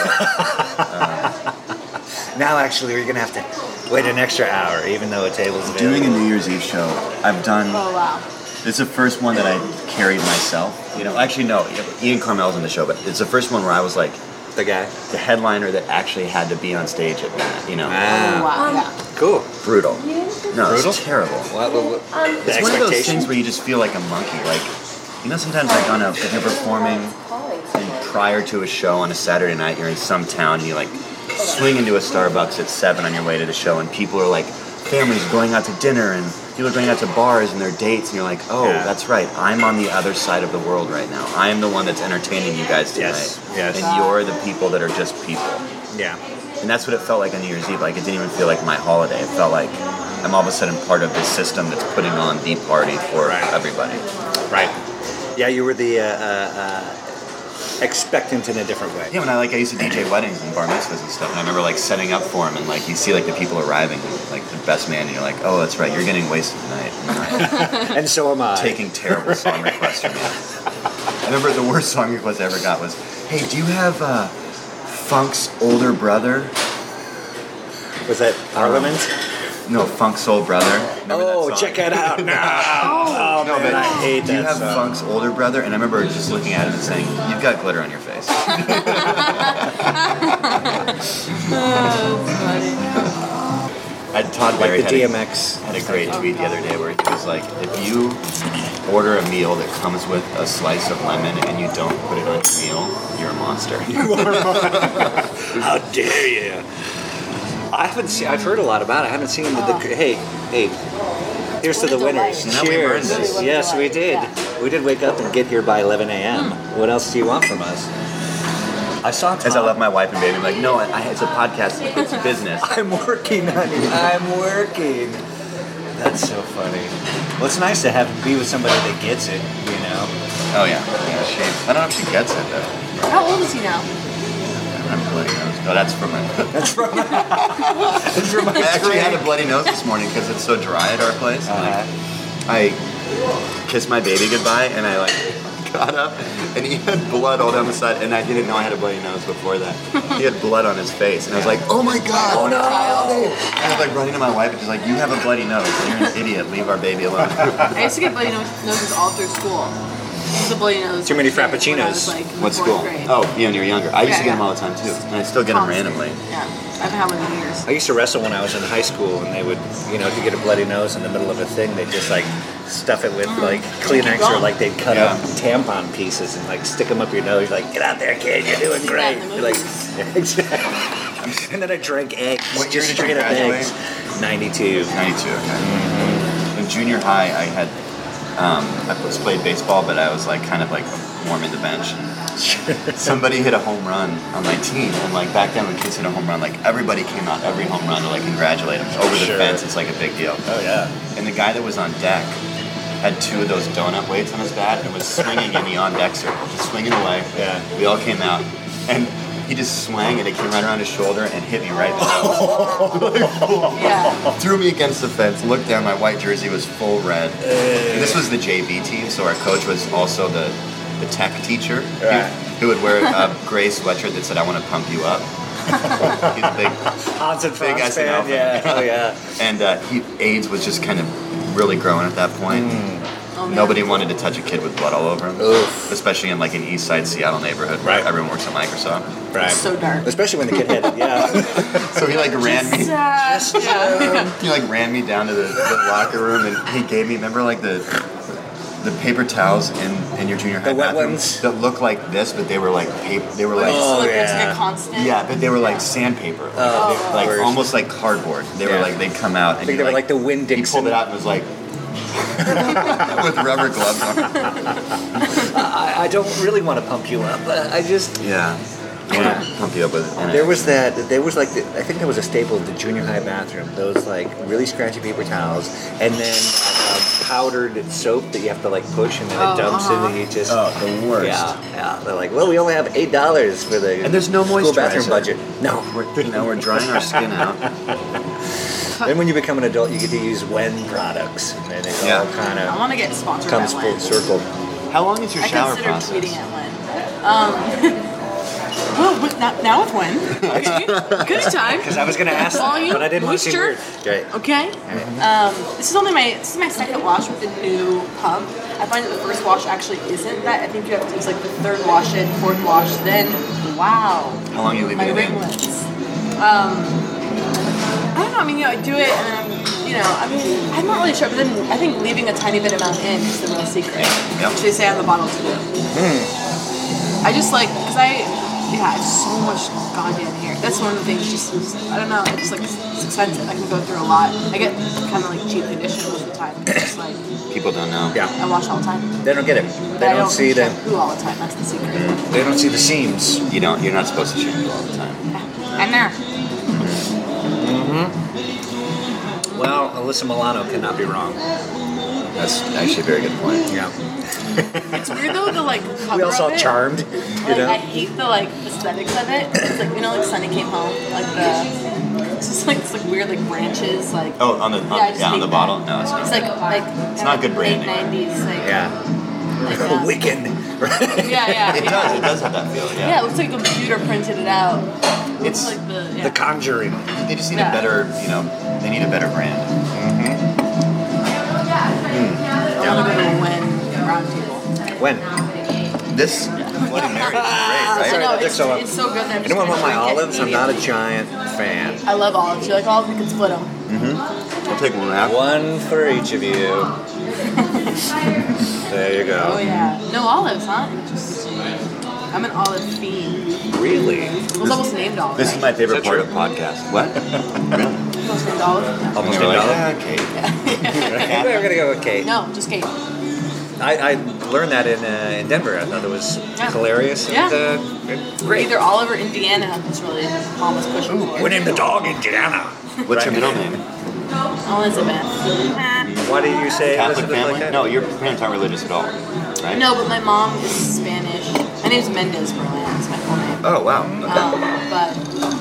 Speaker 10: Now actually, you're gonna have to wait an extra hour, even though a table's available.
Speaker 1: Doing a New Year's Eve show, I've done.
Speaker 11: Oh wow.
Speaker 1: It's the first one that I carried myself. You know, actually no, Ian Carmel's on the show, but it's the first one where I was like
Speaker 10: the guy.
Speaker 1: the headliner that actually had to be on stage at that. You know,
Speaker 11: Oh,
Speaker 10: Ah,
Speaker 11: wow. yeah.
Speaker 10: cool.
Speaker 1: brutal. No,
Speaker 10: Brutal?
Speaker 1: it's terrible.
Speaker 10: What, what, what-
Speaker 11: Um,
Speaker 10: the
Speaker 1: It's one of those
Speaker 10: expectation.
Speaker 1: things where you just feel like a monkey. Like, you know, sometimes like on a if you're performing and prior to a show on a Saturday night, you're in some town and you like swing into a Starbucks at seven on your way to the show, and people are like families going out to dinner and people are going out to bars and their dates, and you're like, oh,
Speaker 10: Yeah.
Speaker 1: that's right, I'm on the other side of the world right now. I am the one that's entertaining you guys tonight,
Speaker 10: Yes, yes.
Speaker 1: and you're the people that are just people.
Speaker 10: yeah.
Speaker 1: And that's what it felt like on New Year's Eve. Like it didn't even feel like my holiday. It felt like I'm all of a sudden part of this system that's putting on the party for
Speaker 10: Right.
Speaker 1: everybody.
Speaker 10: Right. Yeah, you were the uh, uh, uh, expectant in a different way.
Speaker 1: Yeah, when I like I used to DJ weddings and bar mitzvahs and stuff, and I remember like setting up for them, and like you see like the people arriving, and, like the best man, and you're like, oh, that's right, you're getting wasted tonight. And I'm like,
Speaker 10: And so am I.
Speaker 1: taking terrible song requests from me. I remember the worst song request I ever got was, hey, do you have uh, Funk's older brother?
Speaker 10: Was that Parliament?
Speaker 1: No, Funk Soul Brother. Remember that
Speaker 10: oh,
Speaker 1: song?
Speaker 10: check it out. No. oh,
Speaker 1: No,
Speaker 10: man,
Speaker 1: but
Speaker 10: I hate
Speaker 1: do you
Speaker 10: that
Speaker 1: have
Speaker 10: song.
Speaker 1: Funk's older brother? And I remember just looking at him and saying, "You've got glitter on your face." I Todd Barry
Speaker 10: Like the
Speaker 1: had,
Speaker 10: DMX.
Speaker 1: a, had a great tweet the other day where he was like, "If you order a meal that comes with a slice of lemon and you don't put it on your meal, you're a monster."
Speaker 10: How dare you? I haven't seen. I've heard a lot about it. I haven't seen the. the hey, hey. Here's to the winners.
Speaker 1: Now we learned
Speaker 10: Cheers.
Speaker 1: this.
Speaker 10: Yes, we did. We did wake up and get here by 11 a.m. What else do you want from us? I saw. Tom.
Speaker 1: As I love my wife and baby, I'm like, "No, I, I, it's a podcast. It's a business."
Speaker 10: I'm working, honey. I'm working. That's so funny. Well, it's nice to have be with somebody that gets it. You know.
Speaker 1: Oh yeah. she, I don't know if she gets it though.
Speaker 11: How old is he now?
Speaker 1: I'm bloody nose. No, that's from my. That's from. that's from my. I actually had a bloody nose this morning because it's so dry at our place.
Speaker 10: Uh-huh.
Speaker 1: and, like, I kissed my baby goodbye and I like got up and he had blood all down the side and I didn't know I had a bloody nose before that. he had blood on his face and I was like, oh my god. Oh no. I was like running to my wife and she's like, you have a bloody nose. You're an idiot. Leave our baby alone.
Speaker 11: I used to get bloody nose- noses all through school. It was a bloody nose.
Speaker 1: Too many
Speaker 11: thing when I
Speaker 1: frappuccinos.
Speaker 11: was, like, in
Speaker 1: What's
Speaker 11: fourth
Speaker 1: cool?
Speaker 11: grade.
Speaker 1: Oh, yeah, when you're younger. I used
Speaker 11: Yeah,
Speaker 1: to get them
Speaker 11: yeah.
Speaker 1: all the time too, and I still get them
Speaker 11: Constant.
Speaker 1: randomly.
Speaker 11: Yeah, I've had one in years.
Speaker 10: I used to wrestle when I was in high school, and they would, you know, if you get a bloody nose in the middle of a thing, they just like stuff it with like Kleenex or like they'd cut up tampon pieces and like stick them up your nose. Like, get out there, kid, you're doing great. You're like, exactly. And then I drank eggs.
Speaker 1: What year
Speaker 10: just
Speaker 1: did you
Speaker 10: straight up
Speaker 1: graduate?
Speaker 10: eggs. 92.
Speaker 1: 92, okay. In junior high, I had, um, I was played baseball, but I was like kind of like warming the bench. And somebody hit a home run on my team, and like back then when kids hit a home run, like everybody came out every home run to like congratulate them. Over the
Speaker 10: Sure.
Speaker 1: fence, it's like a big deal.
Speaker 10: Oh yeah.
Speaker 1: And the guy that was on deck had two of those donut weights on his bat and was swinging in the on deck circle, just swinging away. Yeah. We all came out, and he just swung and it came right around his shoulder and hit me right in the nose. Threw me against the fence. Looked down. My white jersey was full red. And this was the JV team, so our coach was also the the tech teacher who-
Speaker 10: Right.
Speaker 1: who, would wear a gray sweatshirt that said "I want to pump you up." He's a big
Speaker 10: Hans and
Speaker 1: big
Speaker 10: Franz
Speaker 1: SNL
Speaker 10: fan. Yeah. Oh yeah.
Speaker 1: and uh, he, AIDS was just kind of really growing at that point.
Speaker 10: Mm.
Speaker 11: Oh,
Speaker 1: Nobody wanted to touch a kid with blood all over him, especially in like an East Side Seattle neighborhood where everyone works at Microsoft.
Speaker 10: Right.
Speaker 11: It's so dark.
Speaker 10: Especially when the kid had, yeah.
Speaker 1: So he like ran me.
Speaker 11: Just, yeah.
Speaker 1: He like ran me down to the, the locker room and he gave me remember like the the paper towels in, in your junior high
Speaker 10: The wet
Speaker 1: bathroom
Speaker 10: ones?
Speaker 1: that looked like this, but they were like paper. They were
Speaker 11: But
Speaker 1: like
Speaker 11: it's like, it's
Speaker 10: Oh, yeah.
Speaker 11: like a constant.
Speaker 1: yeah, but they were like sandpaper, like,
Speaker 10: Oh.
Speaker 1: they- like
Speaker 10: Worst.
Speaker 1: almost like cardboard. They
Speaker 10: Yeah.
Speaker 1: were like they'd come out. And
Speaker 10: I think
Speaker 1: you,
Speaker 10: they were like the Win
Speaker 1: he pulled
Speaker 10: Dixon.
Speaker 1: it out and was like with rubber gloves on.
Speaker 10: I, I don't really want to pump you up. but I just
Speaker 1: Yeah. I want to pump you up with it. And
Speaker 10: There
Speaker 1: I-
Speaker 10: was that. There was like the, I think there was a staple of the junior high bathroom. Those like really scratchy paper towels, and then uh, powdered soap that you have to like push, and then it dumps in, and you just
Speaker 1: oh, the worst.
Speaker 10: yeah, yeah. They're like, well, we only have eight dollars for the
Speaker 1: And there's no
Speaker 10: school bathroom
Speaker 1: moisturizer.
Speaker 10: budget. No.
Speaker 1: We're, you know, we're drying our skin out.
Speaker 10: then when you become an adult, you get to use Wen products, and "Oh, then it all
Speaker 1: Yeah.
Speaker 10: kind
Speaker 11: I
Speaker 10: of
Speaker 11: want to get sponsored
Speaker 10: comes
Speaker 11: by
Speaker 10: full
Speaker 11: Lynn.
Speaker 10: circle.
Speaker 1: How long is your
Speaker 11: I
Speaker 1: shower
Speaker 11: consider
Speaker 1: process?
Speaker 11: tweeting at Lynn. Um, well, with- now, now with Lynn. Okay. Good time.
Speaker 10: Because I was going to ask,
Speaker 11: Volume,
Speaker 10: that, but I didn't want to seem weird.
Speaker 11: moisture.
Speaker 10: Right.
Speaker 11: Okay. Um, this is only my this is my second wash with the new pump. I find that the first wash actually isn't that. I think you have to it's like the third wash in, fourth wash, then wow.
Speaker 1: How long you leave
Speaker 11: My
Speaker 1: it in?
Speaker 11: ringlets. Um, I don't know. I mean, you know, I do it, and um, you know, I mean, I'm not really sure. But then I think leaving a tiny bit amount in is the real secret,
Speaker 1: Yep.
Speaker 11: which they say on the bottle to do. I just like because I, yeah, I have so much goddamn hair. That's one of the things. Just I don't know. It's just like it's expensive. I can go through a lot. I get kind of like cheap conditioner most of the time. It's just like
Speaker 1: People don't know.
Speaker 10: Yeah.
Speaker 11: I wash all the time.
Speaker 10: They don't get it.
Speaker 11: But
Speaker 10: They
Speaker 11: I
Speaker 10: don't, see Mm-hmm.
Speaker 11: shampoo
Speaker 10: the.
Speaker 11: all the time. That's the secret.
Speaker 10: They don't see the seams.
Speaker 1: You don't. You're not supposed to shampoo all the time.
Speaker 11: I'm there.
Speaker 10: Well, Alyssa Milano cannot be wrong.
Speaker 1: That's actually a very good point.
Speaker 10: Yeah.
Speaker 11: It's weird though. The like cover
Speaker 10: We all
Speaker 11: of
Speaker 10: saw
Speaker 11: it.
Speaker 10: Charmed, you
Speaker 11: Like, I
Speaker 10: know?
Speaker 11: hate the like aesthetics of it. It's like you know, like Sunny came home, like the it's just like it's like weird like branches, like
Speaker 1: Oh, on the
Speaker 11: Yeah, I
Speaker 1: on,
Speaker 11: just
Speaker 1: yeah, on
Speaker 11: hate
Speaker 1: the
Speaker 11: that.
Speaker 1: bottle. No, it's
Speaker 11: it's
Speaker 1: not.
Speaker 11: like like
Speaker 1: It's not good branding.
Speaker 11: Late nineties, like
Speaker 10: Yeah.
Speaker 11: like that.
Speaker 10: Wiccan. Right?
Speaker 11: yeah, yeah,
Speaker 1: It
Speaker 11: yeah.
Speaker 1: does. It does have that feel. Yeah.
Speaker 11: Yeah, it looks like a computer printed it out. It looks
Speaker 1: It's-
Speaker 11: like the yeah.
Speaker 10: The Conjuring.
Speaker 1: They just need
Speaker 11: Yeah.
Speaker 1: a better. You know, they need a better brand.
Speaker 11: I want to go to when round table.
Speaker 10: When?
Speaker 1: This Bloody Mary is great, right?
Speaker 11: I know
Speaker 10: that
Speaker 11: it's,
Speaker 10: took so long.
Speaker 11: it's so good. That I'm just
Speaker 10: Anyone
Speaker 11: gonna
Speaker 10: want my
Speaker 11: drink it
Speaker 10: olives? I'm not a
Speaker 11: immediately.
Speaker 10: giant fan.
Speaker 11: I love olives. You're like olives, we can split them.
Speaker 1: I'll take one half.
Speaker 10: One for each of you. there you
Speaker 11: Oh
Speaker 10: go.
Speaker 11: yeah, no olives, huh? Interesting. I'm an olive fiend.
Speaker 10: Really?
Speaker 11: It was almost named olive.
Speaker 1: This is my favorite
Speaker 10: Is that
Speaker 1: part
Speaker 10: true?
Speaker 1: of podcast. What? really?
Speaker 11: Almost named olive. Yeah.
Speaker 1: And
Speaker 10: Almost
Speaker 1: we're
Speaker 10: a dollar.
Speaker 1: like, okay.
Speaker 10: I think we're gonna go with Kate.
Speaker 11: No, just Kate.
Speaker 10: I, I learned that in, uh, in Denver. I thought it was
Speaker 11: Yeah.
Speaker 10: hilarious.
Speaker 11: Yeah.
Speaker 10: And, uh, great.
Speaker 11: Either Oliver or Indiana is really mom was pushing for.
Speaker 10: We named the dog Indiana.
Speaker 1: What's your middle name?
Speaker 11: Elizabeth.
Speaker 10: Why did you say
Speaker 1: Catholic
Speaker 10: Elizabeth like
Speaker 1: family?
Speaker 10: that?
Speaker 1: No, your parents aren't religious at all. right?
Speaker 11: No, but my mom is Spanish. My name's Mendez Berlin. That's my full name.
Speaker 1: Oh wow. Okay.
Speaker 11: Um, but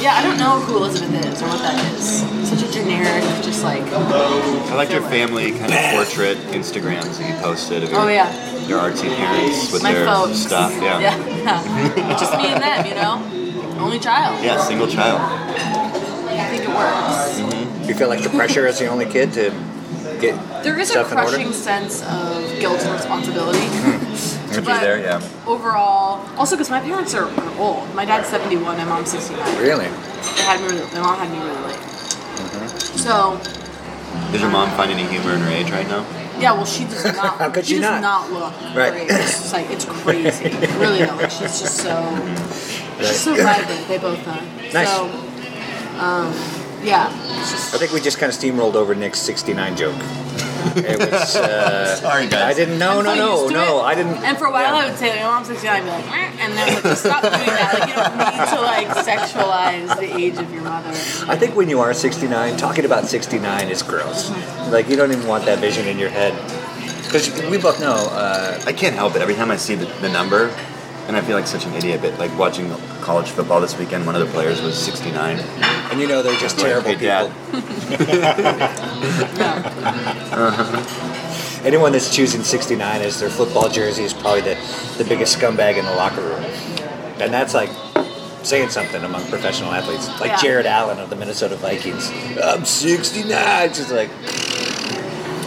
Speaker 11: yeah, I don't know who Elizabeth is or what that is. Such a generic, just like. oh,
Speaker 1: I liked your family kind of portrait Instagrams that you posted of your,
Speaker 11: Oh, yeah.
Speaker 1: your artsy parents with
Speaker 11: My
Speaker 1: their
Speaker 11: folks.
Speaker 1: stuff. Yeah.
Speaker 11: Yeah. yeah. It's just me and them, you know. Only child.
Speaker 1: Yeah, single child. Mm-hmm.
Speaker 11: I think it works.
Speaker 10: You feel like the pressure as the only kid to get
Speaker 11: There is
Speaker 10: stuff
Speaker 11: a
Speaker 10: in
Speaker 11: crushing
Speaker 10: order. Hmm.
Speaker 11: sense of guilt and responsibility.
Speaker 10: Which
Speaker 11: is but- there,
Speaker 10: yeah.
Speaker 11: Overall, also because my parents are are old. My dad's 71, my mom's 69.
Speaker 10: Really? Mm-hmm.
Speaker 11: They had me really, my mom had me really late. So,
Speaker 1: Does your mom find any humor in her age right now?
Speaker 11: yeah, well, she does not.
Speaker 1: How could
Speaker 11: she,
Speaker 1: she
Speaker 11: does
Speaker 1: not?
Speaker 11: not look
Speaker 1: Right.
Speaker 11: great. It's just like it's crazy, really. Though, like she's just so she's so vibrant. They both are.
Speaker 10: Nice.
Speaker 11: So, um, yeah, it's just
Speaker 10: I think we just kind of steamrolled over Nick's 69 joke. It was, uh, Sorry, guys. I didn't. No,
Speaker 11: I'm
Speaker 10: no,
Speaker 11: so
Speaker 10: no,
Speaker 11: used to
Speaker 10: no.
Speaker 11: it.
Speaker 10: I didn't.
Speaker 11: And for a while, I would say, like, "Oh, I'm 69," I'd be like, "Meh," and then like, stop doing that. Like, you don't need to like sexualize the age of your mother.
Speaker 10: I think when you are 69, talking about 69 is gross. Like you don't even want that vision in your head. Because we both know. Uh,
Speaker 1: I can't help it. Every time I see the, the number, and I feel like such an idiot. But like watching college football this weekend, one of the players was 69.
Speaker 10: And you know they're just terrible people. Anyone that's choosing 69 as their football jersey is probably the, the biggest scumbag in the locker room. And that's like saying something among professional athletes. Like
Speaker 11: Yeah.
Speaker 10: Jared Allen of the Minnesota Vikings. I'm 69. It's Just like,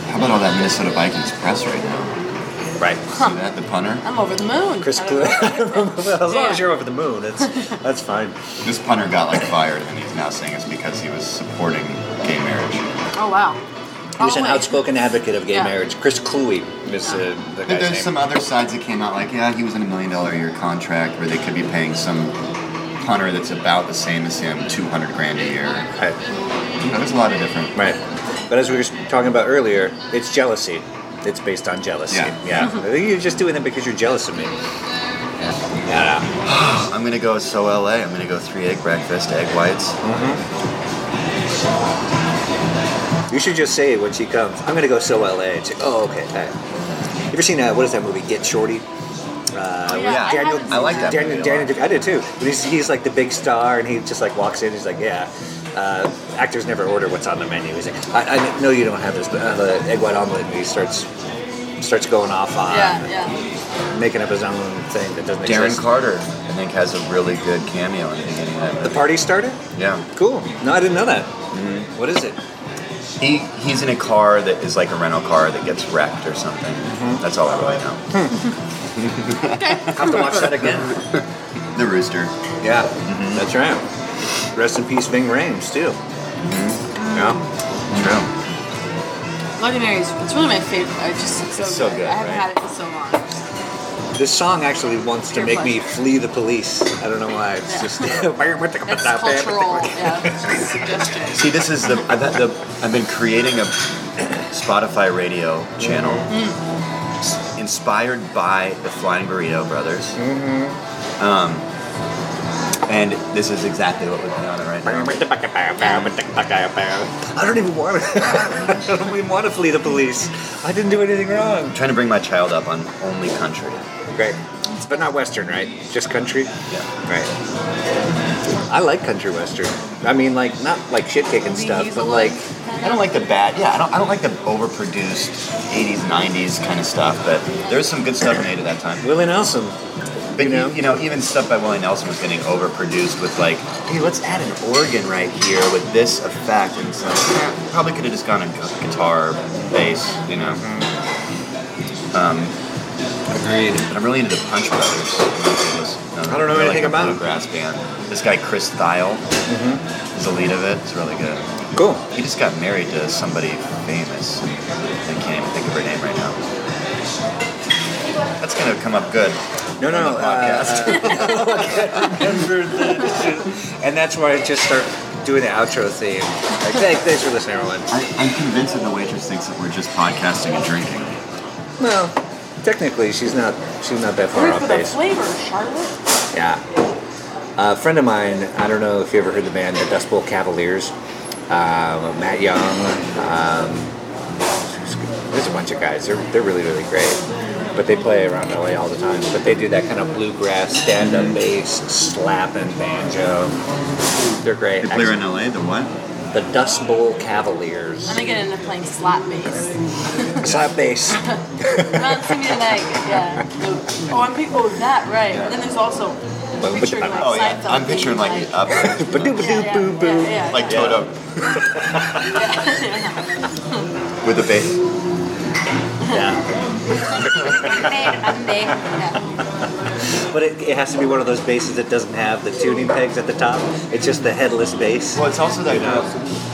Speaker 1: How about all that Minnesota Vikings press right now?
Speaker 10: Right.
Speaker 1: See that? The punter?
Speaker 11: I'm over the moon.
Speaker 10: Chris
Speaker 11: I don't
Speaker 10: Clue.
Speaker 11: know.
Speaker 10: as long
Speaker 11: Yeah.
Speaker 10: as you're over the moon, that's, that's fine.
Speaker 1: This punter got like fired, and he's now saying it's because he was supporting gay marriage.
Speaker 11: Oh wow.
Speaker 10: He was an outspoken advocate of gay
Speaker 1: Yeah.
Speaker 10: marriage. Chris Cluey is uh, the
Speaker 1: But
Speaker 10: guy's
Speaker 1: there's
Speaker 10: name.
Speaker 1: some other sides that came out like, yeah, he was in a million dollar a year contract where they could be paying some punter that's about the same as him 200 grand a year. You know, there's a lot of different.
Speaker 10: Right. But as we were talking about earlier, it's jealousy. It's based on jealousy.
Speaker 1: Yeah.
Speaker 10: I think You're just doing it because you're jealous of me. Yeah.
Speaker 1: I'm gonna go so LA. I'm gonna go three egg breakfast, egg whites.
Speaker 10: You should just say when she comes, I'm gonna go so LA. It's like, oh, okay. all right." You ever seen uh, what is that movie? Get Shorty. Uh,
Speaker 1: Yeah,
Speaker 10: with
Speaker 1: I
Speaker 10: Daniel,
Speaker 1: haven't seen I like that
Speaker 10: Daniel,
Speaker 1: movie a
Speaker 10: Daniel
Speaker 1: lot.
Speaker 10: DeV- I did too. But he's, he's like the big star, and he just like walks in. He's like, yeah. Uh, actors never order what's on the menu. He's like, I, I know you don't have this, but uh, the egg white omelet. And he starts starts going off on
Speaker 11: Yeah, yeah.
Speaker 10: making up his own thing that doesn't
Speaker 1: Darren
Speaker 10: exist.
Speaker 1: Carter, I think, has a really good cameo in the beginning of that movie.
Speaker 10: The party started.
Speaker 1: Yeah.
Speaker 10: Cool. No, I didn't know that.
Speaker 1: Mm-hmm.
Speaker 10: What is it?
Speaker 1: He he's in a car that is like a rental car that gets wrecked or something.
Speaker 10: Mm-hmm.
Speaker 1: That's all I really know.
Speaker 10: Have to watch that again. Hmm.
Speaker 1: The Rooster.
Speaker 10: Yeah, that's right. Rest in peace, Ving Rhames too. Mm-hmm. Yeah,
Speaker 11: Bloody Mary's. It's really my favorite. I just it's so,
Speaker 10: It's so good,
Speaker 11: I haven't
Speaker 10: right?
Speaker 11: had it for so long.
Speaker 10: true. This song actually wants to
Speaker 11: Pure
Speaker 10: make me
Speaker 11: pleasure.
Speaker 10: flee the police. I don't know why. It's
Speaker 11: Yeah.
Speaker 10: just
Speaker 11: It's cultural. yeah. Suggestion.
Speaker 1: See, this is the I've, had the I've been creating a Spotify radio channel
Speaker 10: Mm-hmm.
Speaker 1: s- inspired by the Flying Burrito Brothers. Mm-hmm. Um, and this is exactly what we're putting on it right now.
Speaker 10: I don't even want to. I don't even want to flee the police. I didn't do anything wrong.
Speaker 1: I'm trying to bring my child up on only country.
Speaker 10: Great, but not Western, right? Just country.
Speaker 1: Yeah.
Speaker 10: Right. I like country western. I mean, like not like shit kicking stuff, but like
Speaker 1: I don't like the bad. Yeah, I don't. I don't like the overproduced '80s, '90s kind of stuff. But there's some good stuff made at that time.
Speaker 10: Willie Nelson.
Speaker 1: But you know, you know, even stuff by Willie Nelson was getting overproduced with like, hey, let's add an organ right here with this effect, and so eh, probably could have just gone a gu- guitar, bass, you know.
Speaker 10: Mm-hmm.
Speaker 1: Um, Agreed. But I'm really into the Punch Brothers.
Speaker 10: I don't know
Speaker 1: They're like
Speaker 10: anything
Speaker 1: a
Speaker 10: about 'em.
Speaker 1: bluegrass band. This guy Chris Thiel is the lead of it. It's really good.
Speaker 10: Cool.
Speaker 1: He just got married to somebody famous. I can't even think of her name right now. That's gonna come up good.
Speaker 10: No, no, uh,
Speaker 1: on the podcast.
Speaker 10: remember that. And that's why I just start doing the outro theme. Like, "Hey, thanks for listening, everyone.
Speaker 1: I, I'm convinced that the waitress thinks that we're just podcasting and drinking.
Speaker 10: Well, technically, she's not. She's not that far
Speaker 11: Work
Speaker 10: off
Speaker 11: with a
Speaker 10: base.
Speaker 11: flavor, Charlotte.
Speaker 10: Yeah. A friend of mine, I don't know if you ever heard the band the Dust Bowl Cavaliers, um, Matt Young. Um, there's a bunch of guys. They're, they're really, really great.
Speaker 1: but they play around LA all the time. But they do that kind of bluegrass, stand-up bass, slapping banjo. They're great.
Speaker 10: They play around LA. The what?
Speaker 1: The Dust Bowl Cavaliers.
Speaker 11: I'm gonna get into playing slap bass.
Speaker 1: Slap bass.
Speaker 11: Not singing like, yeah. Oh, I'm pic- oh that right. Then there's also I'm picturing like
Speaker 10: oh yeah,
Speaker 11: Seinfeld
Speaker 10: I'm picturing like the up,
Speaker 11: yeah,
Speaker 10: like Toto with the bass.
Speaker 1: But it, it has to be one of those basses that doesn't have the tuning pegs at the top. It's just the headless bass. Well,
Speaker 10: it's also that.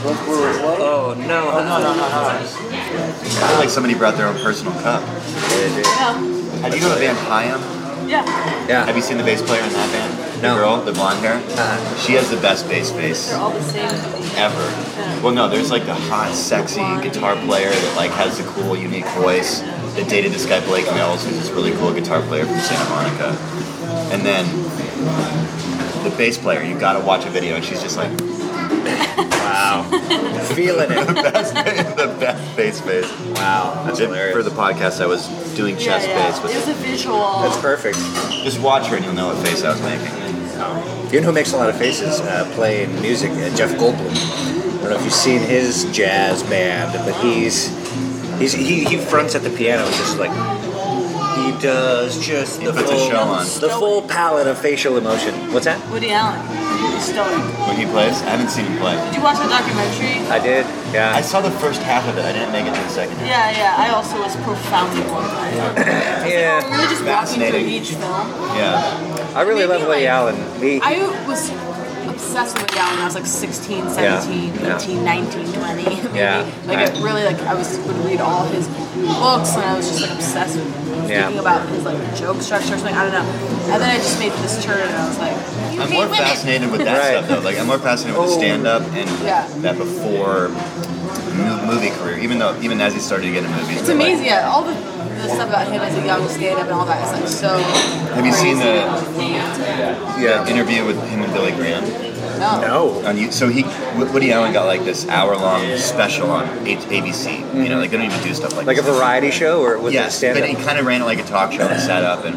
Speaker 1: Oh no!
Speaker 10: Oh, no, no, no, no. Kind of like somebody brought their own personal cup. Have you heard of the band Hyam?
Speaker 11: Yeah.
Speaker 1: Yeah.
Speaker 10: Have you seen the bass player in that band? The girl, the blonde hair.
Speaker 1: Uh-huh.
Speaker 10: She has the best bass bass
Speaker 11: They're all the same.
Speaker 10: ever. Well, no, there's like the hot, sexy guitar player that like has the cool, unique voice that dated this guy Blake Mills, who's this really cool guitar player from Santa Monica. And then the bass player, you gotta watch a video, and she's just like,
Speaker 1: wow, feeling it.
Speaker 10: the best, the best bass bass.
Speaker 1: Wow, that's
Speaker 10: It-
Speaker 1: hilarious.
Speaker 10: For the podcast, I was doing chest
Speaker 11: yeah, yeah.
Speaker 10: bass
Speaker 11: It was
Speaker 10: with.
Speaker 11: a visual.
Speaker 1: That's perfect.
Speaker 10: Just watch her, and you'll know what face I was making.
Speaker 1: You know who makes a lot of faces uh, playing music? Uh, Jeff Goldblum. I don't know if you've seen his jazz band, but he's he's he, he fronts at the piano and just like he does just the
Speaker 10: puts a
Speaker 1: full
Speaker 10: show on.
Speaker 1: the full palette of facial emotion. What's that?
Speaker 11: Woody Allen. He's stoic.
Speaker 10: When he plays, I haven't seen him play.
Speaker 11: Did you watch the documentary?
Speaker 1: I did. Yeah.
Speaker 10: I saw the first half of it. I didn't make it to the second half.
Speaker 11: Yeah, yeah. I also was profoundly blown by it.
Speaker 1: yeah.
Speaker 11: oh, Really just walking through
Speaker 10: Fascinating.
Speaker 11: each film.
Speaker 10: Yeah.
Speaker 1: I really
Speaker 11: Maybe
Speaker 1: love Woody
Speaker 11: like-
Speaker 1: Allen. He,
Speaker 11: I was obsessed with Woody Allen when I was like 16, 17,
Speaker 1: Yeah.
Speaker 11: 18, 19, 20. Maybe.
Speaker 1: Yeah.
Speaker 11: Like
Speaker 1: I-
Speaker 11: I, really like I was would read all his books and I was just like obsessed with
Speaker 1: Yeah.
Speaker 11: thinking about his like joke structure or something. I don't know. And then I just made this turn and I was like, you
Speaker 10: I'm
Speaker 11: hate
Speaker 10: more
Speaker 11: women.
Speaker 10: fascinated with that
Speaker 1: Right.
Speaker 10: stuff though. Like I'm more fascinated with
Speaker 1: Oh.
Speaker 10: the stand-up and
Speaker 11: Yeah.
Speaker 10: that before mo- movie career. Even though, even as he started to get into movies.
Speaker 11: It's
Speaker 10: but, like,
Speaker 11: amazing. Yeah, all the, the stuff about him as a young stand-up and all that is like so.
Speaker 10: Have you seen
Speaker 1: yeah.
Speaker 10: the interview with him and Billy Graham?
Speaker 11: No.
Speaker 1: No.
Speaker 10: On you, so he, Woody Allen got like this hour-long special on H- ABC. You know, like they don't even do stuff like
Speaker 1: Like a
Speaker 10: this.
Speaker 1: variety show, or was it
Speaker 10: Yes,
Speaker 1: stand
Speaker 10: but he
Speaker 1: up?
Speaker 10: kind of ran it like a talk show and sat up and.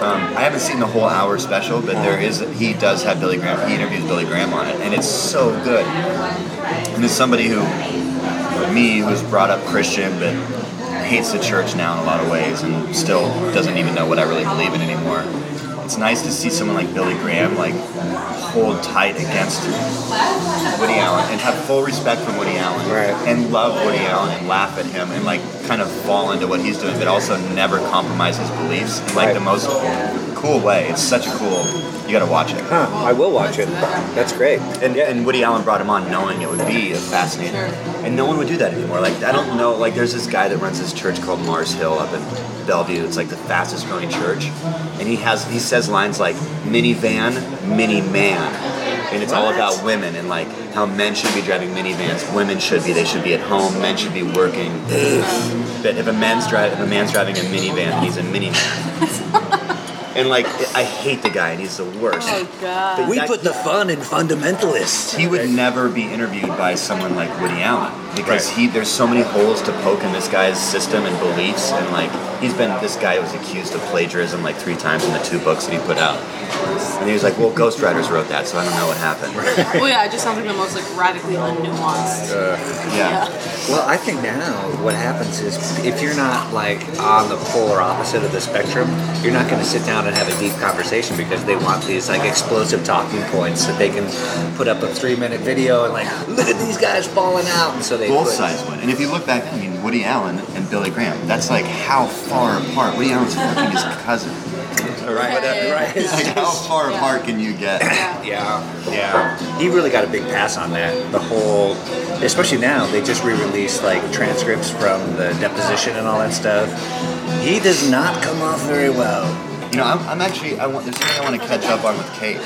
Speaker 10: Um, I haven't seen the whole hour special, but there is he does have Billy Graham. He interviews Billy Graham on it, and it's so good. And as somebody who, me, who's brought up Christian, but hates the church now in a lot of ways, and still doesn't even know what I really believe in anymore. It's nice to see someone like Billy Graham like hold tight against Woody Allen and have full respect for Woody Allen
Speaker 1: Right.
Speaker 10: and love Woody Allen and laugh at him and like kind of fall into what he's doing, but also never compromise his beliefs in like
Speaker 1: Right.
Speaker 10: the most cool way. It's such a cool. You got to watch it.
Speaker 1: Huh, I will watch it. That's great.
Speaker 10: And, and Woody Allen brought him on knowing it would be fascinating. And no one would do that anymore. Like, I don't know. Like, there's this guy that runs this church called Mars Hill up in Bellevue. It's like the fastest growing church. And he has, he says lines like, minivan, mini man. And it's all about women and like how men should be driving minivans, women should be, they should be at home, men should be working. But if a man's driving, if a man's driving a minivan, he's a minivan. and like, I hate the guy, and he's the worst.
Speaker 11: Oh god.
Speaker 10: But that-
Speaker 1: the fun in fundamentalists.
Speaker 10: he would never be interviewed by someone like Woody Allen because
Speaker 1: Right.
Speaker 10: he there's so many holes to poke in this guy's system and beliefs and like he's been this guy was accused of plagiarism like three times in the two books that he put out and he was like well ghostwriters wrote that so I don't know what happened
Speaker 11: Well, Oh, yeah, it just sounds like the most like radically unnuanced.
Speaker 10: Uh, yeah
Speaker 1: Well, I think now what happens is if you're not like on the polar opposite of the spectrum, you're not going to sit down and have a deep conversation because they want these like explosive talking points that they can put up a three minute video and like look at these guys falling out. And so they
Speaker 10: both
Speaker 1: put-
Speaker 10: sides went and if you look back I mean Woody Allen and Billy Graham that's like how far apart Woody Allen's fucking his cousin
Speaker 1: Right,
Speaker 11: Okay.
Speaker 1: right.
Speaker 10: like how far
Speaker 11: Yeah.
Speaker 10: apart can you get
Speaker 11: Yeah.
Speaker 1: Yeah, yeah. He really got a big pass on that. The whole, especially now, they just re-released like transcripts from the deposition and all that stuff. He does not come off very well.
Speaker 10: you know I'm, I'm actually I want there's something I want to catch up on with Kate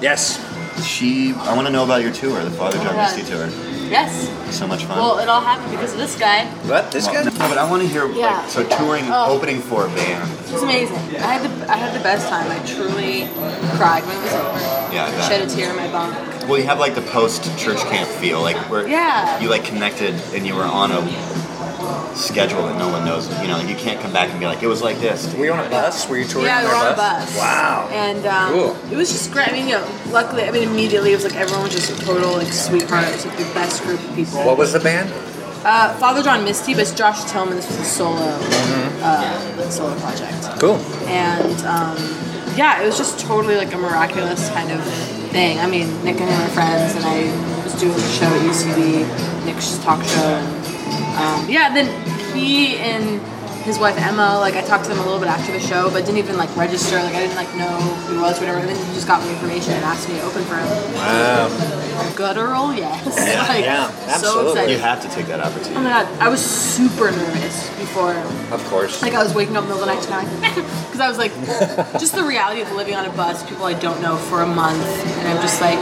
Speaker 1: Yes.
Speaker 10: she I want to know about your tour the Father John Misty tour
Speaker 11: Yes.
Speaker 10: so much fun
Speaker 11: Well, it all happened because of this guy.
Speaker 1: What? This
Speaker 10: Well,
Speaker 1: guy?
Speaker 10: No, but I want to hear
Speaker 11: Yeah.
Speaker 10: like so touring,
Speaker 11: Oh.
Speaker 10: opening for a band.
Speaker 11: It was amazing. I had the I had the best time. I truly cried when it was over.
Speaker 10: Yeah, I bet.
Speaker 11: Shed a tear in my bunk.
Speaker 10: Well, you have like the post church camp feel, like where
Speaker 11: Yeah.
Speaker 10: you like connected and you were on a
Speaker 1: schedule that no one knows. You know, like you can't come back and be like, it was like this.
Speaker 10: Were you on a bus? Were you touring
Speaker 11: Yeah,
Speaker 10: on
Speaker 11: we
Speaker 10: our
Speaker 11: were on a
Speaker 10: bus?
Speaker 11: bus.
Speaker 10: Wow.
Speaker 11: And um,
Speaker 10: Cool.
Speaker 11: it was just great. I mean, you know, luckily, I mean, immediately it was like everyone was just total like sweethearts, like the best group of people.
Speaker 10: What was the band?
Speaker 11: Uh, Father John Misty, but it's Josh Tillman. This was his solo,
Speaker 1: Mm-hmm.
Speaker 11: uh, solo project.
Speaker 10: Cool.
Speaker 11: And um, yeah, it was just totally like a miraculous kind of thing. I mean, Nick and him are friends, and I was doing the show at UCB, Nick's talk show, and um, yeah, then he and his wife Emma, like I talked to them a little bit after the show, but didn't even like register. Like I didn't like know who he was, whatever. And then he just got me information and asked me to open for him.
Speaker 1: Wow.
Speaker 11: Guttural, yes.
Speaker 1: Yeah,
Speaker 11: like,
Speaker 1: yeah,
Speaker 11: So excited.
Speaker 1: You have to take that
Speaker 11: Oh my
Speaker 1: opportunity.
Speaker 11: god, I was super nervous before.
Speaker 10: Of course.
Speaker 11: Like I was waking up in the middle of the night, kind of like, because I was like, just the reality of living on a bus, people I don't know for a month, and I'm just like,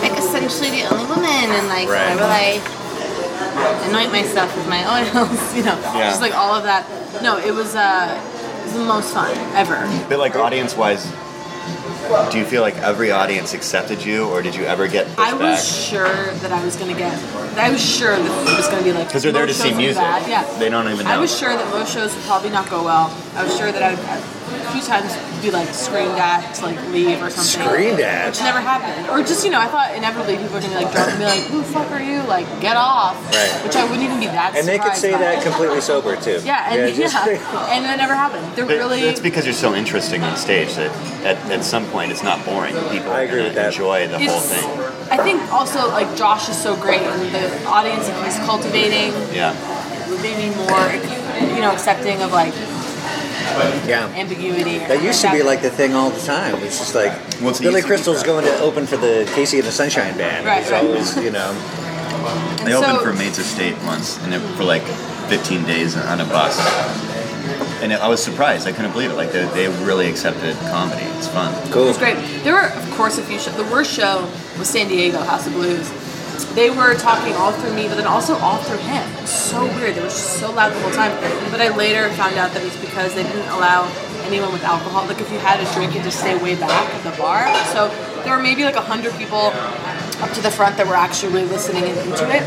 Speaker 11: like essentially the only woman, and like
Speaker 5: Right.
Speaker 11: why would I anoint myself with my oils, you know,
Speaker 1: Yeah.
Speaker 11: just like all of that. No, it was uh, it was the most fun ever.
Speaker 1: But like audience-wise, do you feel like every audience accepted you, or did you ever get pushed
Speaker 11: I was
Speaker 1: back?
Speaker 11: sure that I was gonna get. I was sure that it was gonna be like.
Speaker 1: 'Cause they're there
Speaker 11: most
Speaker 1: to see
Speaker 11: shows are
Speaker 1: music.
Speaker 11: bad. Yeah.
Speaker 1: They don't even
Speaker 11: I
Speaker 1: know.
Speaker 11: was sure that most shows would probably not go well. I was sure that I would a few times be like screamed at to like leave or something.
Speaker 10: Screamed at?
Speaker 11: Which never happened. Or just you know, I thought inevitably people were gonna be like drunk and be like, "Who the fuck are you? Like, get off."
Speaker 10: Right.
Speaker 11: Which I wouldn't even be that.
Speaker 10: And they could
Speaker 11: surprised
Speaker 10: say
Speaker 11: by.
Speaker 10: that completely sober too.
Speaker 11: Yeah, and yeah,
Speaker 10: just-
Speaker 11: and that never happened. They're
Speaker 1: But
Speaker 11: really.
Speaker 1: That's because you're so interesting on stage that at, at some point it's not boring. People I agree with that. enjoy the whole
Speaker 11: It's-
Speaker 1: thing.
Speaker 11: I think also like Josh is so great, and the audience that he's cultivating.
Speaker 1: Yeah.
Speaker 11: maybe more, you know, accepting of like
Speaker 10: Yeah.
Speaker 11: ambiguity. or
Speaker 10: That used to
Speaker 11: something
Speaker 10: be like the thing all the time. It's just like Billy Crystal's going to open for the Casey and the Sunshine Band.
Speaker 11: Right,
Speaker 10: it's
Speaker 11: right.
Speaker 10: always, you know.
Speaker 1: They
Speaker 11: And
Speaker 1: opened
Speaker 11: so-
Speaker 1: for Maids of State once, and it, for like 15 days on a bus. And I was surprised. I couldn't believe it. Like they, they really accepted comedy. It's fun.
Speaker 11: It was great. There were, of course, a few shows. The worst show was San Diego House of Blues. They were talking all through me, but then also all through him. It's so weird. They were just so loud the whole time. But I later found out that it's because they didn't allow anyone with alcohol. Like if you had a drink, you just stay way back at the bar. So there were maybe like a hundred people up to the front that were actually really listening in- into it.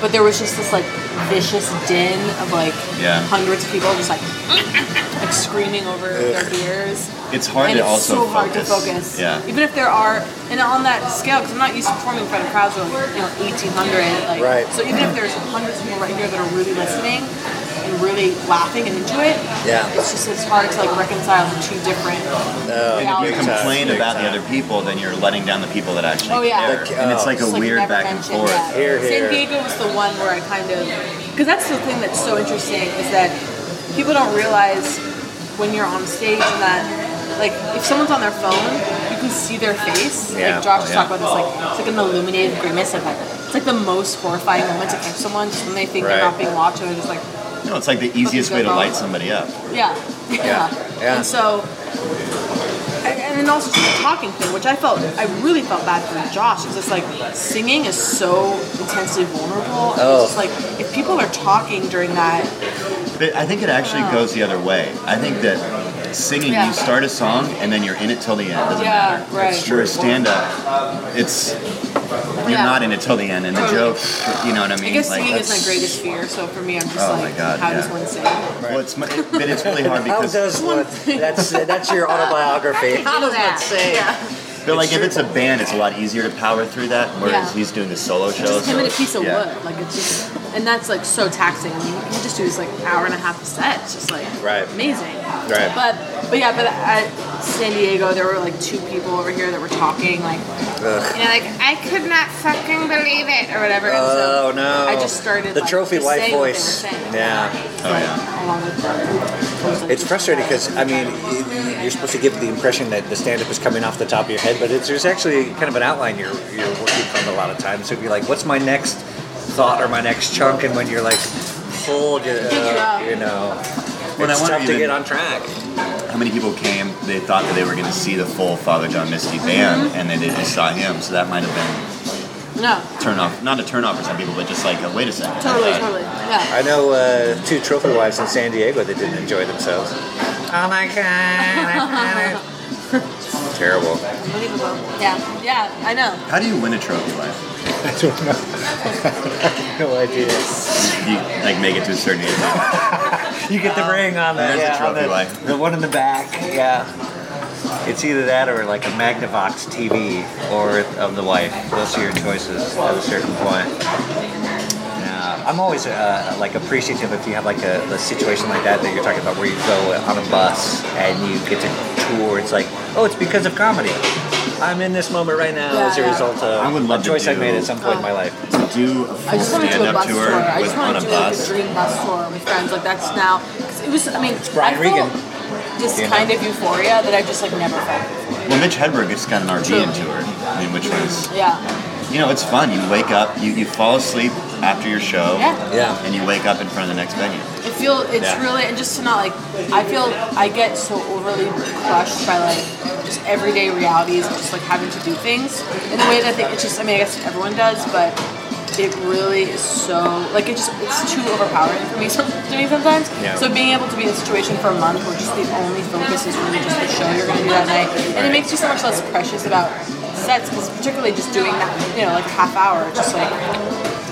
Speaker 11: But there was just this like vicious din of like
Speaker 1: Yeah.
Speaker 11: hundreds of people just like like screaming over their
Speaker 1: Ugh.
Speaker 11: beers.
Speaker 1: It's hard
Speaker 11: and
Speaker 1: to
Speaker 11: it's
Speaker 1: also
Speaker 11: so hard to
Speaker 1: focus.
Speaker 11: focus.
Speaker 1: Yeah.
Speaker 11: Even if there are, and on that scale, because I'm not used to performing in front of crowds of like, you know 1,800. Like,
Speaker 10: Right.
Speaker 11: So even if there's hundreds of people right here that are really listening and really laughing and into it,
Speaker 10: Yeah.
Speaker 11: it's just it's hard to like reconcile the two different.
Speaker 10: Oh,
Speaker 1: and if
Speaker 11: realities.
Speaker 1: you complain about the other people, then you're letting down the people that actually
Speaker 11: Oh yeah,
Speaker 1: care. and it's like
Speaker 11: Just,
Speaker 1: a weird
Speaker 11: never
Speaker 1: back and
Speaker 11: mentioned
Speaker 1: forth.
Speaker 11: that. San Diego was the one where I kind of, because that's the thing that's so interesting is that people don't realize when you're on stage and that, like, if someone's on their phone, you can see their face.
Speaker 5: Yeah.
Speaker 11: Like Josh
Speaker 5: Oh,
Speaker 11: was
Speaker 5: yeah.
Speaker 11: talking about this, like it's like an illuminated grimace of like, it's like the most horrifying moment to catch someone just when they think they're
Speaker 1: Right.
Speaker 11: not being watched and they're just like,
Speaker 1: No, it's like the easiest way to light somebody up.
Speaker 11: yeah, yeah.
Speaker 1: Yeah.
Speaker 11: And so, and and then also just the talking thing, which I felt, I really felt bad for Josh. It's just like singing is so intensely vulnerable. And
Speaker 1: Oh.
Speaker 11: It's just like if people are talking during that,
Speaker 1: But I think it actually goes the other way. I think that singing,
Speaker 11: Oh. Yeah.
Speaker 1: you start a song and then you're in it till the end. Doesn't
Speaker 11: Yeah,
Speaker 1: matter.
Speaker 11: right. That's true.
Speaker 1: Whereas stand up, it's you're
Speaker 11: Yeah.
Speaker 1: not in it till the end, and the
Speaker 11: Totally.
Speaker 1: joke, you know what I
Speaker 11: I
Speaker 1: mean?
Speaker 11: guess singing is my
Speaker 1: that's-
Speaker 11: greatest fear. So for me, I'm just
Speaker 1: Oh
Speaker 11: like,
Speaker 1: my God,
Speaker 11: how
Speaker 1: yeah.
Speaker 11: does one sing?
Speaker 1: Well, it's my, but it's really hard
Speaker 10: How
Speaker 1: because
Speaker 10: does one? That's that's your autobiography. How does that say?
Speaker 1: But like if it's a band, it's a lot easier to power through that. Whereas
Speaker 11: Yeah.
Speaker 1: he's doing the solo show.
Speaker 11: Just him
Speaker 1: so
Speaker 11: and a
Speaker 1: it's-
Speaker 11: piece of
Speaker 1: yeah.
Speaker 11: wood, like it's just, and that's like so taxing. I mean, you can just do this like hour and a half set, It's just like
Speaker 10: Right.
Speaker 11: amazing.
Speaker 10: Right.
Speaker 11: But but yeah, but at San Diego, there were like two people over here that were talking like
Speaker 10: Ugh.
Speaker 11: you know, like I could not fucking believe it or whatever. and so
Speaker 10: Oh no!
Speaker 11: I just started
Speaker 10: the
Speaker 11: like,
Speaker 10: trophy
Speaker 11: just
Speaker 10: wife
Speaker 11: saying what they were
Speaker 10: voice.
Speaker 11: saying.
Speaker 10: Yeah. Oh
Speaker 11: Along with
Speaker 10: yeah. It's frustrating because I mean, y- you're supposed to give the impression that the stand-up is coming off the top of your head, but it's there's actually kind of an outline you're you're working from a lot of times. So if you're like, "What's my next thought or my next chunk?" and when you're like, pulled, you,
Speaker 1: Yeah.
Speaker 10: you know,
Speaker 1: Well, I
Speaker 10: it's
Speaker 1: wonder
Speaker 10: tough to
Speaker 1: even-
Speaker 10: get on track.
Speaker 1: How many people came? They thought that they were going to see the full Father John Misty band,
Speaker 11: Mhm.
Speaker 1: and then they just saw him. So that might have
Speaker 11: no,
Speaker 1: been turn off, not a turn off for some people, but just like a, wait a second.
Speaker 11: totally,
Speaker 1: Uh,
Speaker 11: totally, yeah.
Speaker 10: I know uh, two trophy wives in San Diego that didn't enjoy themselves. Oh my god! Terrible.
Speaker 11: Unbelievable. Yeah, yeah, I know.
Speaker 1: How do you win a trophy wife?
Speaker 9: I don't know. no idea.
Speaker 1: You like make it to a certain age.
Speaker 9: You get the ring on the,
Speaker 1: There's a
Speaker 9: yeah, on
Speaker 1: trophy
Speaker 9: the-
Speaker 1: wife.
Speaker 9: the one in the back. Yeah. It's either that or like a Magnavox TV or of the wife. Those are your choices at a certain point. Yeah. I'm always uh, like appreciative if you have like a, a situation like that that you're talking about where you go on a bus and you get to tour. It's like, oh, it's because of comedy. I'm in this moment right now as a result of
Speaker 1: I would love
Speaker 9: a choice
Speaker 1: to
Speaker 9: I
Speaker 1: do,
Speaker 9: made at some point in my life.
Speaker 1: To do a
Speaker 11: I
Speaker 1: full
Speaker 11: just want to do a
Speaker 1: stand-up
Speaker 11: bus
Speaker 1: tour,
Speaker 11: tour. I
Speaker 1: with,
Speaker 11: just
Speaker 1: on
Speaker 11: want
Speaker 1: a
Speaker 11: to do like a
Speaker 1: bus.
Speaker 11: dream bus tour with friends. Like that's now. 'cause it was. I mean, it's
Speaker 9: Brian
Speaker 11: I felt
Speaker 9: Regan.
Speaker 11: This
Speaker 1: Yeah.
Speaker 11: kind of euphoria that I've just like never felt.
Speaker 1: Well, Mitch Hedberg has got an Ardean
Speaker 11: True.
Speaker 1: tour. I mean, which was,
Speaker 11: Yeah.
Speaker 1: you know, it's fun. You wake up, you, you fall asleep after your show,
Speaker 11: Yeah.
Speaker 1: yeah, and you wake up in front of the next venue.
Speaker 11: It feel it's
Speaker 1: Yeah.
Speaker 11: really and just to not like I feel I get so overly crushed by like just everyday realities and just like having to do things in a way that I think it's just I mean I guess everyone does but it really is so like it just it's too overpowering for me some, to me sometimes.
Speaker 9: Yeah.
Speaker 11: So being able to be in a situation for a month where just the only focus is really just the show you're gonna do that night and it makes you so much less precious about sets because particularly just doing that you know like half hour just like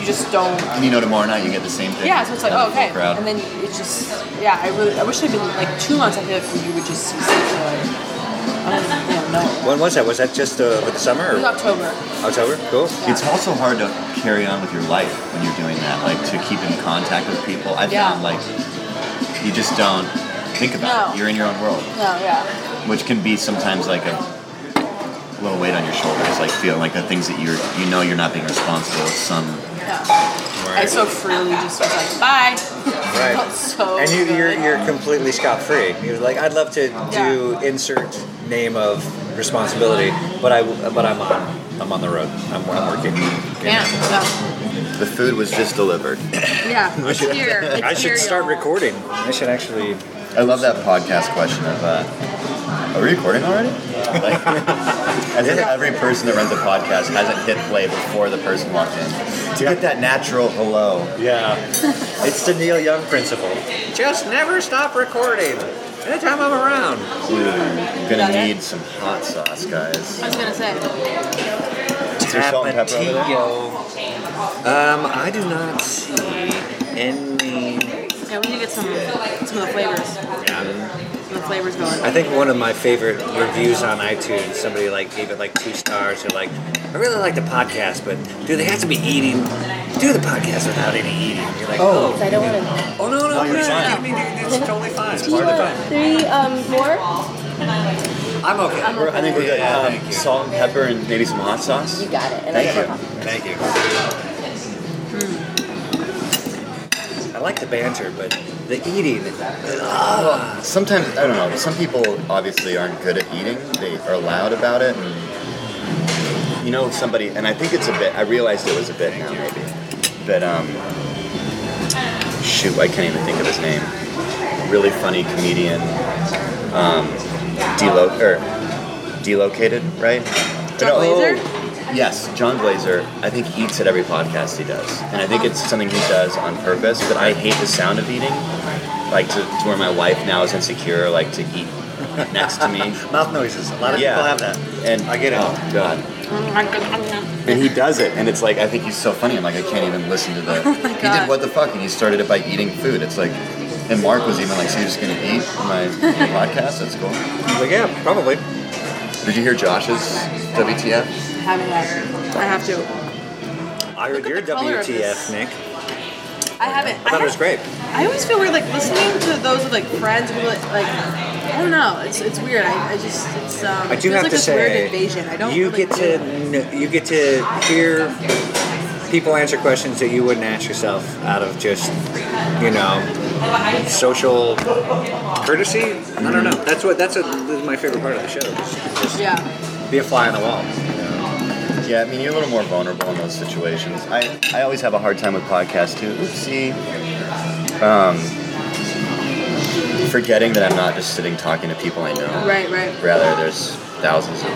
Speaker 11: you just don't
Speaker 1: And you know, tomorrow night you get the same thing.
Speaker 11: yeah, so it's like, oh, okay.
Speaker 1: Crowd.
Speaker 11: And then it just, yeah, I really, I wish I'd been like two months. I feel like you would just see such a, I don't even, you know, know.
Speaker 9: When was that? Was that just uh, with the summer?
Speaker 11: It was
Speaker 9: Or
Speaker 11: October.
Speaker 9: October? Cool.
Speaker 1: It's also hard to carry on with your life when you're doing that, like to keep in contact with people. I've
Speaker 11: Yeah.
Speaker 1: found like you just don't think about
Speaker 11: No.
Speaker 1: it. You're in your own world,
Speaker 11: No, yeah.
Speaker 1: which can be sometimes like a little weight on your shoulders, like feeling like the things that you're you know you're not being responsible with some.
Speaker 11: I so freely just was like, bye.
Speaker 9: Right.
Speaker 11: Felt so
Speaker 9: and you, you're,
Speaker 11: good.
Speaker 9: you're completely scot free. You're like, I'd love to do
Speaker 11: Yeah.
Speaker 9: insert name of responsibility, but I but I'm on I'm on the road. I'm, I'm working.
Speaker 11: Yeah, so,
Speaker 1: The food was just delivered.
Speaker 11: yeah. It's here. It's
Speaker 9: I
Speaker 11: here,
Speaker 9: should start
Speaker 11: y'all.
Speaker 9: recording. I should actually.
Speaker 1: I love that podcast question of, uh, are we recording already? Like, I think every person that runs a podcast hasn't hit play before the person walked in. To get that natural hello.
Speaker 9: Yeah. it's the Neil Young principle. Just never stop recording. Anytime I'm around.
Speaker 1: Ooh, I'm gonna need some hot sauce, guys.
Speaker 11: I was gonna say.
Speaker 1: Is there salt and pepper over there?
Speaker 9: Tapatio. Um, I do not see any.
Speaker 11: Yeah, we need to get some some of the flavors. Some of the flavors going.
Speaker 9: I think one of my favorite reviews on iTunes, somebody like gave it like two stars. They're like, I really like the podcast, but do they have to be eating? Do the podcast without any eating? You're like, oh,
Speaker 12: I don't want to.
Speaker 9: oh, no, no, no,
Speaker 1: you're
Speaker 9: no,
Speaker 1: fine.
Speaker 9: I mean, it's totally fine. It's
Speaker 12: Do you
Speaker 9: part of
Speaker 12: want
Speaker 9: it.
Speaker 12: three um, more?
Speaker 9: I'm okay.
Speaker 1: We're- I think we're good.
Speaker 9: Yeah,
Speaker 1: Um,
Speaker 9: thank you.
Speaker 1: salt and pepper and maybe some hot sauce.
Speaker 12: You got it. And
Speaker 1: Thank
Speaker 12: I
Speaker 1: you.
Speaker 9: Thank you.
Speaker 12: Hmm.
Speaker 9: I like the banter, but the eating. ah.
Speaker 1: Sometimes I don't know. Some people obviously aren't good at eating. They are loud about it. And you know, somebody, and I think it's a bit. I realized it was a bit now, maybe. But um, shoot, I can't even think of his name. Really funny comedian. Um, delo- or delocated, right?
Speaker 11: John
Speaker 1: No,
Speaker 11: Glazer?
Speaker 1: Yes, John Glazer, I think eats at every podcast he does. And I think it's something he does on purpose, but I hate the sound of eating. Like to, to where my wife now is insecure, like to eat next to me.
Speaker 9: Mouth noises. A lot of
Speaker 1: Yeah.
Speaker 9: people have that.
Speaker 1: And
Speaker 9: I get it.
Speaker 1: Oh god.
Speaker 11: Mm,
Speaker 1: And he does it, and it's like I think he's so funny. I'm like I can't even listen to
Speaker 9: Oh
Speaker 1: the. he did
Speaker 11: God.
Speaker 1: what the fuck, and he started it by eating food. It's like, and Mark was even like, "So you're just gonna eat my podcast? That's cool."
Speaker 9: Like, yeah, probably.
Speaker 1: Did you hear Josh's WTF?
Speaker 11: Having that. I have to.
Speaker 9: I heard
Speaker 11: Look at
Speaker 9: your
Speaker 11: the color of this.
Speaker 9: WTF, Nick.
Speaker 11: I haven't.
Speaker 9: I thought it was great.
Speaker 11: I always feel weird, like listening to those with like friends who like, like I don't know. It's it's weird. I, I just it's um.
Speaker 9: I
Speaker 11: it
Speaker 9: do
Speaker 11: feels
Speaker 9: have
Speaker 11: like
Speaker 9: to
Speaker 11: this
Speaker 9: say,
Speaker 11: weird invasion. I don't.
Speaker 9: you
Speaker 11: really
Speaker 9: get
Speaker 11: do it.
Speaker 9: to kn- you get to hear people answer questions that you wouldn't ask yourself out of just you know social courtesy. I don't know. That's what that's what this is my favorite part of the show. is Just
Speaker 11: Yeah.
Speaker 9: be a fly on the wall.
Speaker 1: Yeah, I mean you're a little more vulnerable in those situations. I, I always have a hard time with podcasts too. Oopsie. Um, forgetting that I'm not just sitting talking to people I know.
Speaker 11: Right. Right.
Speaker 1: Rather, there's thousands of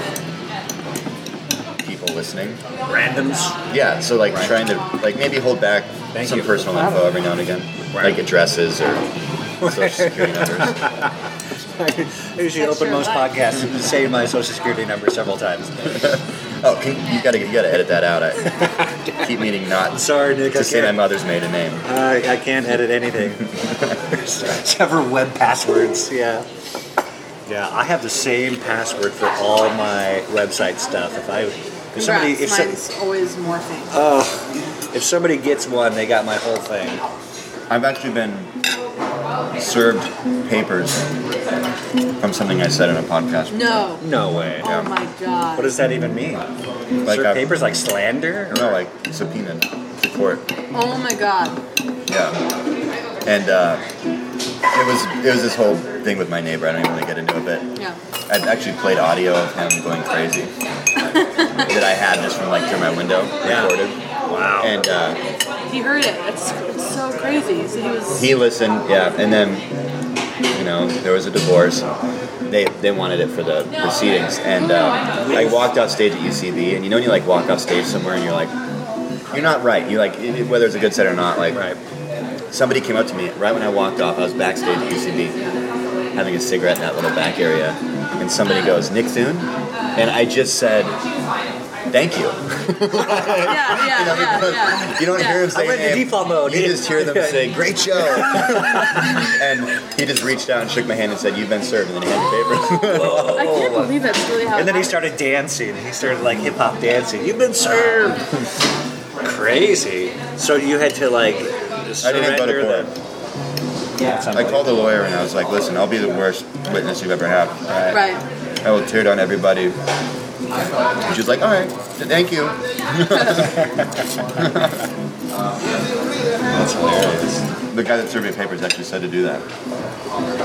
Speaker 1: people listems.
Speaker 9: Randoms.
Speaker 1: Yeah, so like
Speaker 9: Right.
Speaker 1: trying to like maybe hold back
Speaker 9: Thank
Speaker 1: some
Speaker 9: you.
Speaker 1: personal info every now and again,
Speaker 9: Right.
Speaker 1: like addresses or social security numbers.
Speaker 9: I usually
Speaker 11: That's
Speaker 9: open
Speaker 11: your
Speaker 9: most
Speaker 11: life.
Speaker 9: podcasts and say my social security number several times.
Speaker 1: Oh, can, you gotta you gotta edit that out. I keep meaning not.
Speaker 9: Sorry, Nick.
Speaker 1: To
Speaker 9: I
Speaker 1: say
Speaker 9: can't.
Speaker 1: my mother's maiden name.
Speaker 9: Uh, I can't edit anything. Several web passwords. Yeah. Yeah, I have the same password for all my website stuff. If I, if somebody, if
Speaker 11: Congrats,
Speaker 9: some,
Speaker 11: mine's always morphing.
Speaker 9: oh, if somebody gets one, they got my whole thing.
Speaker 1: I've actually been served papers from something I said in a podcast.
Speaker 11: No.
Speaker 9: No way.
Speaker 11: Oh my god.
Speaker 9: What does that even mean?
Speaker 1: Like
Speaker 9: Serve
Speaker 1: I've-
Speaker 9: papers like slander?
Speaker 1: No, like subpoenaed to court.
Speaker 11: Oh my god.
Speaker 1: Yeah. And uh, it was it was this whole thing with my neighbor. I don't even want to get into it, but
Speaker 11: Yeah.
Speaker 1: I actually played audio of him going crazy that I had just from like through my window recorded. Wow. And uh,
Speaker 11: He heard it. That's it's so crazy. So he was.
Speaker 1: he listened, yeah, and then you know there was a divorce. They, they wanted it for the proceedings, and uh, I walked off stage at UCB, and you know when you like walk off stage somewhere and you're like, you're not right. You like it- it- whether it's a good set or not. Like somebody came up to me right when I walked off. I was backstage at UCB, having a cigarette in that little back area, and somebody goes, "Nick Thune," and I just said, "Thank you."
Speaker 11: Yeah, yeah, yeah, yeah.
Speaker 1: You don't hear him say
Speaker 9: I went into
Speaker 1: name.
Speaker 9: default mode.
Speaker 1: You just hear them say, "Great show," and he just reached out and shook my hand and said, "You've been served," and then he handed papers.
Speaker 11: I can't believe that's really how.
Speaker 9: oh. And then he
Speaker 11: it
Speaker 9: started dancing. He started like hip hop dancing. You've been served. Crazy. So you had to like
Speaker 1: I didn't go
Speaker 9: surrender
Speaker 1: to court.
Speaker 9: the.
Speaker 1: I called the lawyer and I was like, "Listen, I'll be the worst witness you've ever had.
Speaker 11: happened.
Speaker 1: I,
Speaker 11: Right.
Speaker 1: I will tear down everybody." She's like, "All right, thank you." That's hilarious. The guy that served me papers actually said to do that.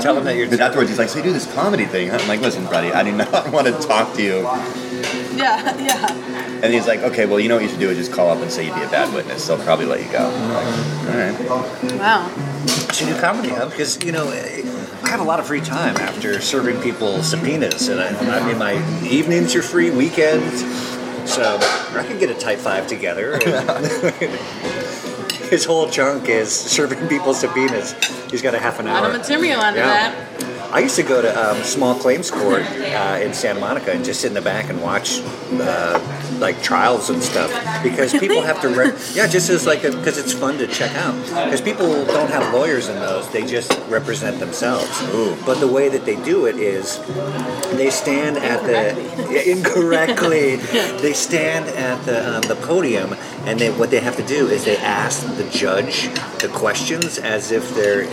Speaker 9: Tell him that you're.
Speaker 1: But afterwards, he's like, "So you do this comedy thing?" huh?" I'm like, "Listen, buddy, I do not want to talk to you."
Speaker 11: Yeah, yeah.
Speaker 1: And he's like, "Okay, well, you know what you should do is just call up and say you'd be a bad witness. They'll probably let you go." I'm like, All right.
Speaker 11: Wow.
Speaker 9: to do comedy hub because you know I have a lot of free time after serving people subpoenas, and I, I mean my evenings are free, weekends, so I could get a type five together. and- His whole chunk is serving people subpoenas. He's got a half an hour.
Speaker 11: A lot of material out of that.
Speaker 9: I used to go to um, small claims court uh, in Santa Monica and just sit in the back and watch uh, like trials and stuff because people have to. Re- yeah, just as like because it's fun to check out because people don't have lawyers in those; they just represent themselves. But the way that they do it is they stand at the yeah, incorrectly. they stand at the um, the podium, and they, what they have to do is they ask the judge the questions as if they're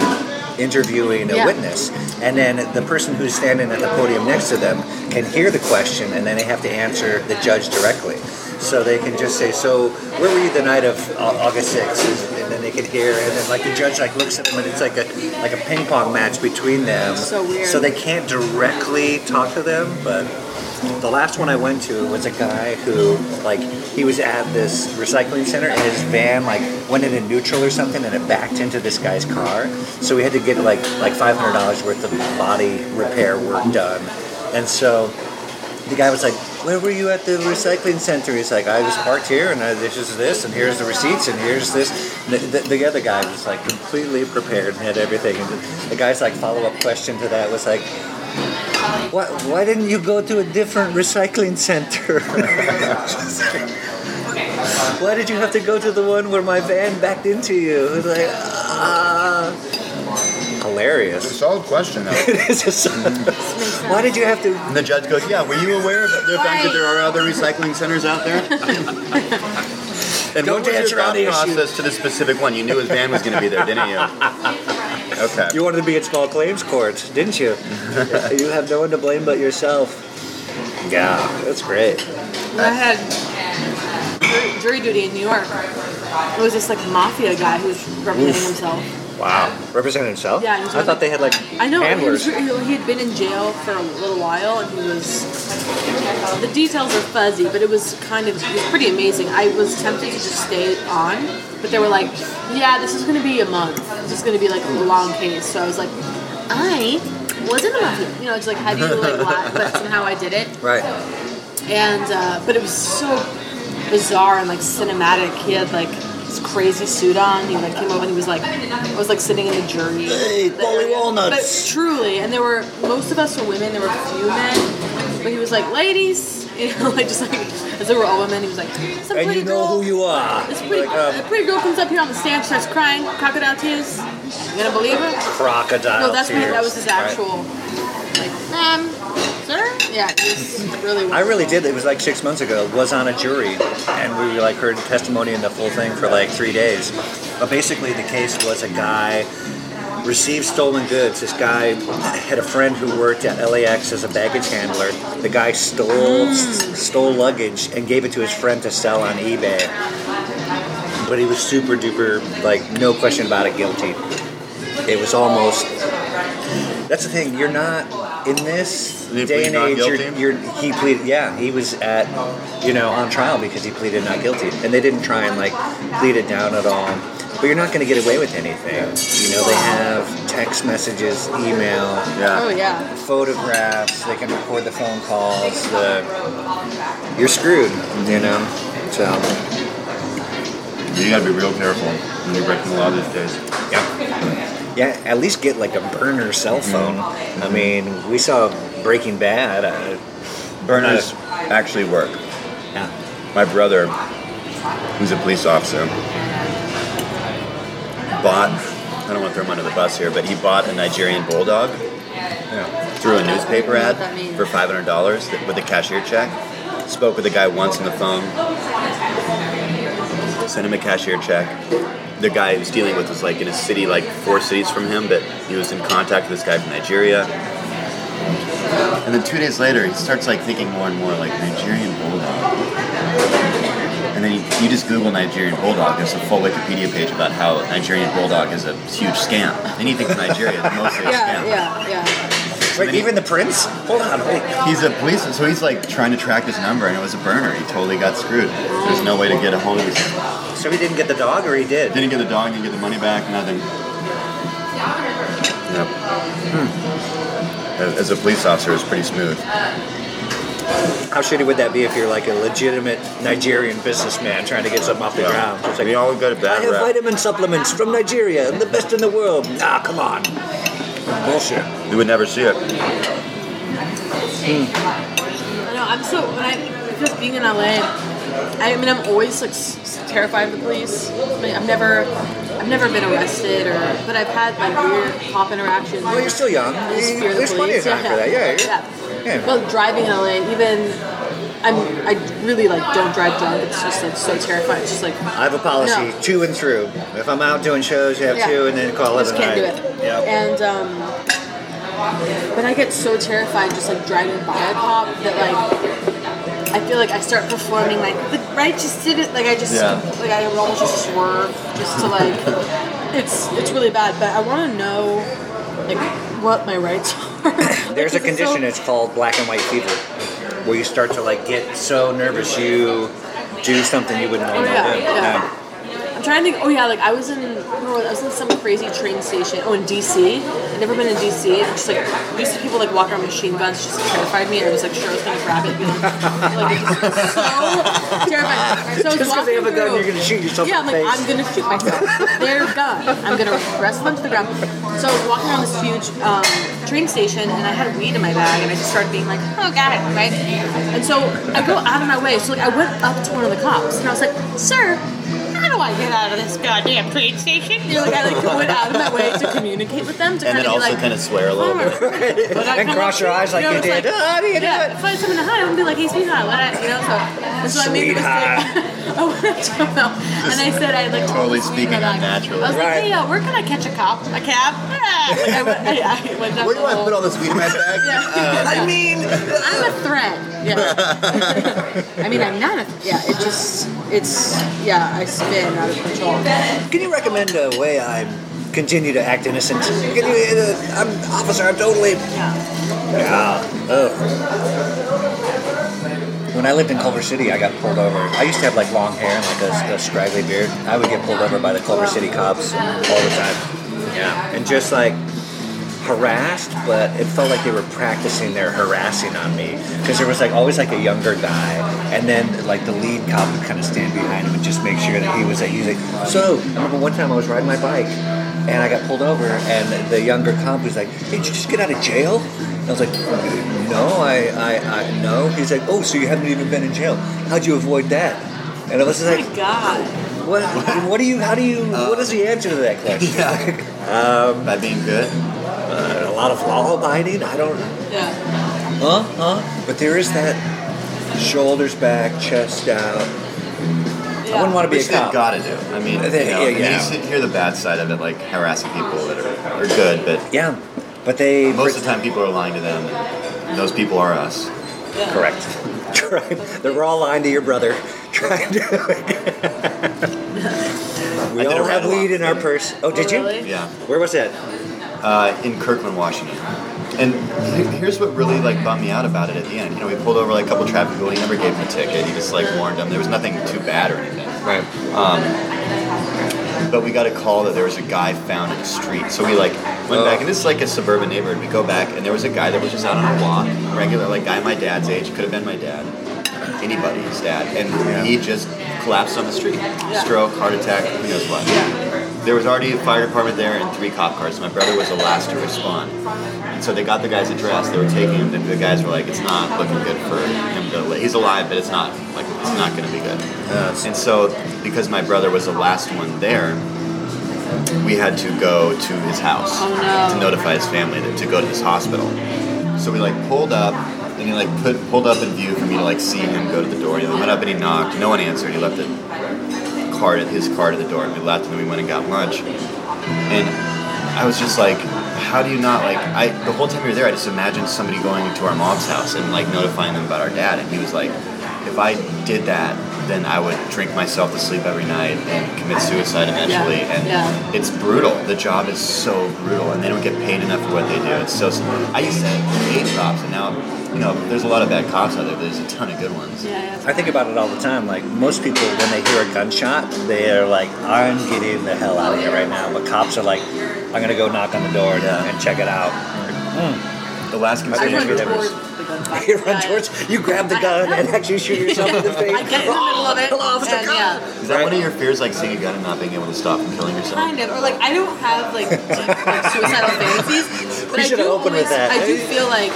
Speaker 9: um, interviewing a
Speaker 11: Yeah.
Speaker 9: witness, and then the person who's standing at the podium next to them can hear the question, and then they have to answer the judge directly. So they can just say, "So where were you the night of Au- August 6th? And then they can hear, and then like the judge like looks at them, and it's like a like a ping pong match between them.
Speaker 11: So weird.
Speaker 9: So they can't directly talk to them, but the last one I went to was a guy who, like, he was at this recycling center and his van, like, went into neutral or something and it backed into this guy's car. So we had to get, like, like $500 worth of body repair work done. And so the guy was like, "Where were you at the recycling center?" He's like, "I was parked here, and I, this is this, and here's the receipts, and here's this." The, the, the other guy was like completely prepared and had everything. And the, the guy's like follow-up question to that was like, "Why, why didn't you go to a different recycling center?" Just like, why did you have to go to the one where my van backed into you? It's like, ah, hilarious. Mm.
Speaker 1: Solid question, though.
Speaker 9: It's just- why did you have to
Speaker 1: And the judge goes, "Yeah, were you aware of the fact that there are other recycling centers out there?" and
Speaker 9: Don't
Speaker 1: what was your
Speaker 9: dance around
Speaker 1: thought
Speaker 9: the issue.
Speaker 1: process to the specific one? You knew his van was going to be there, didn't you? Okay.
Speaker 9: You wanted to be in small claims court, didn't you? you have no one to blame but yourself. Yeah, that's great.
Speaker 11: I had jury, jury duty in New York. It was this like mafia guy who was representing himself.
Speaker 9: Wow. Represent himself?
Speaker 11: Yeah, he's
Speaker 9: I thought they had like
Speaker 11: I know he,
Speaker 9: handlers.
Speaker 11: was, re- he had been in jail for a little while, and he was. The details are fuzzy, but it was kind of it was pretty amazing. I was tempted to just stay on, but they were like, "Yeah, this is going to be a month. This is going to be like a long case." So I was like, "I wasn't a mafia," you know, it's like how do you like laugh, but somehow I did it.
Speaker 9: Right.
Speaker 11: And uh, but it was so bizarre and like cinematic. He had like this crazy suit on. He like came over and he was like, I was like sitting in the jury.
Speaker 9: Hey, Polly Walnuts.
Speaker 11: But truly, and there were most of us were women. There were a few men, but he was like, ladies, You know, like just like as they were all women, he was like, "Some
Speaker 9: And
Speaker 11: pretty
Speaker 9: you know
Speaker 11: girl,
Speaker 9: who you are.
Speaker 11: this pretty,
Speaker 9: Like, um,
Speaker 11: a pretty girl comes up here on the stamp, starts crying, crocodile tears. You gonna believe her?"
Speaker 9: Crocodile
Speaker 11: No, that's
Speaker 9: tears.
Speaker 11: that was his
Speaker 9: Right.
Speaker 11: actual. Like, um, sir? Yeah, he's really.
Speaker 9: I really did. It was like six months ago. Was on a jury, and we like heard testimony in the full thing for like three days. But basically, the case was a guy received stolen goods. This guy had a friend who worked at LAX as a baggage handler. The guy stole s- stole luggage and gave it to his friend to sell on eBay. But he was super duper like no question about it guilty. It was almost. That's the thing. You're not in this
Speaker 1: Did he
Speaker 9: day
Speaker 1: plead
Speaker 9: and
Speaker 1: not
Speaker 9: age. You're,
Speaker 1: guilty?
Speaker 9: you're, he pleaded, yeah, he was at, you know, on trial because he pleaded not guilty, and they didn't try and like plead it down at all. But you're not going to get away with anything. You know, they have text messages, email,
Speaker 11: Oh yeah.
Speaker 9: photographs. They can record the phone calls. The, you're screwed. You know, so
Speaker 1: You gotta be real careful when you're breaking the law these days.
Speaker 9: yeah, yeah. At least get like a burner cell
Speaker 1: Mm-hmm.
Speaker 9: phone. I mean, we saw Breaking Bad. Uh,
Speaker 1: Burners actually work.
Speaker 9: Yeah.
Speaker 1: My brother, who's a police officer, bought, I don't want to throw him under the bus here, but he bought a Nigerian bulldog through a newspaper ad for $500 that- with a cashier check. Spoke with the guy once on the phone, sent him a cashier check. The guy he was dealing with was like in a city, like four cities from him, but he was in contact with this guy from Nigeria. And then two days later, he starts like thinking more and more like Nigerian bulldog. And then you, you just Google Nigerian bulldog. There's a full Wikipedia page about how Nigerian bulldog is a huge scam. Anything from Nigeria is mostly a
Speaker 11: Yeah,
Speaker 1: scam.
Speaker 11: yeah, yeah.
Speaker 9: Wait, even the prince? Hold on. Wait.
Speaker 1: He's a policeman, so he's like trying to track his number, and it was a burner. He totally got screwed. There's no way to get a hold of his.
Speaker 9: So he didn't get the dog, or he did?
Speaker 1: Didn't get the dog, didn't get the money back, nothing. Yep.
Speaker 9: Hmm.
Speaker 1: As, as a police officer, it's pretty smooth.
Speaker 9: How shitty would that be if you're like a legitimate Nigerian businessman trying to get something off the ground? It's like,
Speaker 1: we all got a
Speaker 9: I
Speaker 1: bad
Speaker 9: have
Speaker 1: rap.
Speaker 9: vitamin supplements from Nigeria, the best in the world. Ah, come on. Bullshit.
Speaker 1: You would never see it.
Speaker 11: I know. I'm so when I because being in LA, I mean I'm always like s- s- terrified of the police. I mean, I've never, I've never been arrested or, but I've had like weird cop interactions.
Speaker 9: Well, you're still young.
Speaker 11: And just fear of the
Speaker 9: There's plenty of
Speaker 11: police.
Speaker 9: time for that. Yeah. you're-
Speaker 11: yeah.
Speaker 9: yeah.
Speaker 11: Well, driving in LA, even I'm, I really like don't drive drunk. It's just like so terrifying. It's just like
Speaker 9: I have a policy,
Speaker 11: No.
Speaker 9: two and through. If I'm out doing shows, you have
Speaker 11: Yeah.
Speaker 9: two, and then call
Speaker 11: I
Speaker 9: it
Speaker 11: just
Speaker 9: a
Speaker 11: can't do
Speaker 9: night.
Speaker 11: it.
Speaker 9: Yep.
Speaker 11: And um, but I get so terrified just like driving by a cop that like I feel like I start performing like the righteous did it. Like I just
Speaker 1: Yeah.
Speaker 11: like I would almost just swerve just to like it's it's really bad. But I want to know like what my rights are.
Speaker 9: There's
Speaker 11: Because it's
Speaker 9: a
Speaker 11: so-
Speaker 9: condition. It's called black and white fever, where you start to like get so nervous you do something you wouldn't normally
Speaker 11: yeah,
Speaker 9: do.
Speaker 11: yeah. I'm trying to think. Oh yeah, like I was in, I was in some crazy train station. Oh, in DC. I'd never been in DC. And just like these people like walk around with machine guns, just terrified me. I was like, sure, I was gonna grab it. Be like, like, it's so terrifying. So I was
Speaker 9: Just because
Speaker 11: walking
Speaker 9: they have a gun,
Speaker 11: through-
Speaker 9: you're going to shoot yourself
Speaker 11: yeah,
Speaker 9: in
Speaker 11: I'm
Speaker 9: the
Speaker 11: like,
Speaker 9: face.
Speaker 11: I'm gonna shoot myself. They're done. I'm gonna wrestle them to the ground. So I was walking around this huge um, train station, and I had weed in my bag, and I just started being like, "Oh, got it, right?" And so I go out of my way. So like, I went up to one of the cops, and I was like, "Sir." How do I get out of this goddamn train station? You know, like I like went out of my way to communicate with them to
Speaker 1: And
Speaker 11: kind
Speaker 1: then
Speaker 11: of
Speaker 1: also
Speaker 11: like,
Speaker 1: kind of swear a little bit.
Speaker 11: but I
Speaker 9: and
Speaker 11: kinda-
Speaker 9: cross your eyes like you
Speaker 11: it's
Speaker 9: did. "Ah, how do you do
Speaker 11: yeah,
Speaker 9: it?"
Speaker 11: If I someone hi, I wouldn't be like, hey, sweetheart, what? I-" You know, so and so I made the
Speaker 9: Sweetheart.
Speaker 11: mistake. I went up to him and I said, I like
Speaker 1: Totally
Speaker 11: told
Speaker 1: speaking
Speaker 11: him that I-
Speaker 1: unnaturally.
Speaker 11: I was like,
Speaker 9: Right.
Speaker 11: hey, uh, where can I catch a cop? A cab? Ah! Like, I went, I, I went down
Speaker 1: Where do
Speaker 11: the
Speaker 1: I
Speaker 11: whole-
Speaker 1: put all this weed in my bag?
Speaker 9: uh,
Speaker 11: I mean, I'm a threat. Yeah. I mean, I'm not a. Yeah, it just. It's. Yeah, I spin out of control.
Speaker 9: Can you recommend a way I continue to act innocent? Can you, uh, I'm officer. I'm totally. Yeah. Ugh. When I lived in Culver City, I got pulled over. I used to have like long hair and like a, a scraggly beard. I would get pulled over by the Culver City cops all the time. Yeah. And just like harassed, but it felt like they were practicing their harassing on me because there was like always like a younger guy, and then like the lead cop would kind of stand behind him and just make sure that he was. He was like, so I remember one time I was riding my bike, and I got pulled over, and the younger cop was like, "Hey, "Did you just get out of jail?" And I was like, no, I, I, I, no. He's like, oh, so you haven't even been in jail. How'd you avoid that? And I was just like,
Speaker 11: God.
Speaker 9: what, what do you, how do you, what is the answer to that question? um, By Uh, being good? Uh, a lot of law abiding? I don't,
Speaker 11: Yeah.
Speaker 9: huh, huh? But there is that shoulders back, chest out. I wouldn't want to be
Speaker 1: Which
Speaker 9: a cop.
Speaker 1: They've got to do. I mean,
Speaker 9: Uh, they-
Speaker 1: you, know,
Speaker 9: yeah, yeah.
Speaker 1: you should hear the bad side of it, like harassing people that are, are good, but
Speaker 9: yeah, but they
Speaker 1: most of the time people are lying to them. and Those people are us.
Speaker 9: Correct. Trying, they're all lying to your brother. Trying to. we
Speaker 1: I did a
Speaker 9: all have
Speaker 1: ride-along.
Speaker 9: weed in our purse. Oh, did you?
Speaker 1: Yeah.
Speaker 9: Where was that?
Speaker 1: Uh, in Kirkland, Washington. And he- here's what really like bummed me out about it at the end. You know, we pulled over like a couple traffic people. He never gave him a ticket. He just like warned them. There was nothing too bad or anything.
Speaker 9: Right.
Speaker 1: Um, but we got a call that there was a guy found in the street. So we like went back, and this is like a suburban neighborhood. We go back, and there was a guy that was just out on a walk, regular like guy my dad's age. Could have been my dad, anybody's dad, and he just collapsed on the street. Stroke, heart attack, who knows what. There was already a fire department there and three cop cars. My brother was the last to respond. And so they got the guy's address. They were taking him. The, the guys were like, "It's not looking good for him to. li- He's alive, but it's not like it's not going to be good." and so, because my brother was the last one there, we had to go to his house
Speaker 11: Oh, no.
Speaker 1: to notify his family that, to go to his hospital. So we like pulled up, and he like put pulled up in view for me to like see him go to the door. He like, went up and he knocked. No one answered. He left a card at his card at the door, and we left, and then we went and got lunch. And I was just like, how do you not like? I the whole time we were there, I just imagined somebody going to our mom's house and like notifying them about our dad, and he was like, if I did that, then I would drink myself to sleep every night and commit suicide eventually,
Speaker 11: Yeah,
Speaker 1: and
Speaker 11: yeah.
Speaker 1: it's brutal. The job is so brutal, and they don't get paid enough for what they do. It's so. I used to hate cops, and now you know there's a lot of bad cops out there. But there's a ton of good ones.
Speaker 9: I think about it all the time. Like most people, when they hear a gunshot, they are like, "I'm getting the hell out of here right now." But cops are like, "I'm gonna go knock on the door and- and check it out."
Speaker 1: The last
Speaker 11: I
Speaker 9: conspiracy
Speaker 11: run
Speaker 9: theory
Speaker 11: towards
Speaker 9: was
Speaker 11: the gunfire.
Speaker 9: you run towards, you grab the gun and actually shoot yourself in the face.
Speaker 11: I get in the middle of it. and, yeah.
Speaker 1: Is that one of your fears, like seeing a gun and not being able to stop and killing yourself?
Speaker 11: Kind of, or like I don't have like deep, like, suicidal fantasies, but
Speaker 1: We
Speaker 11: I
Speaker 1: should've
Speaker 11: do
Speaker 1: opened with
Speaker 11: always,
Speaker 1: that.
Speaker 11: I do feel like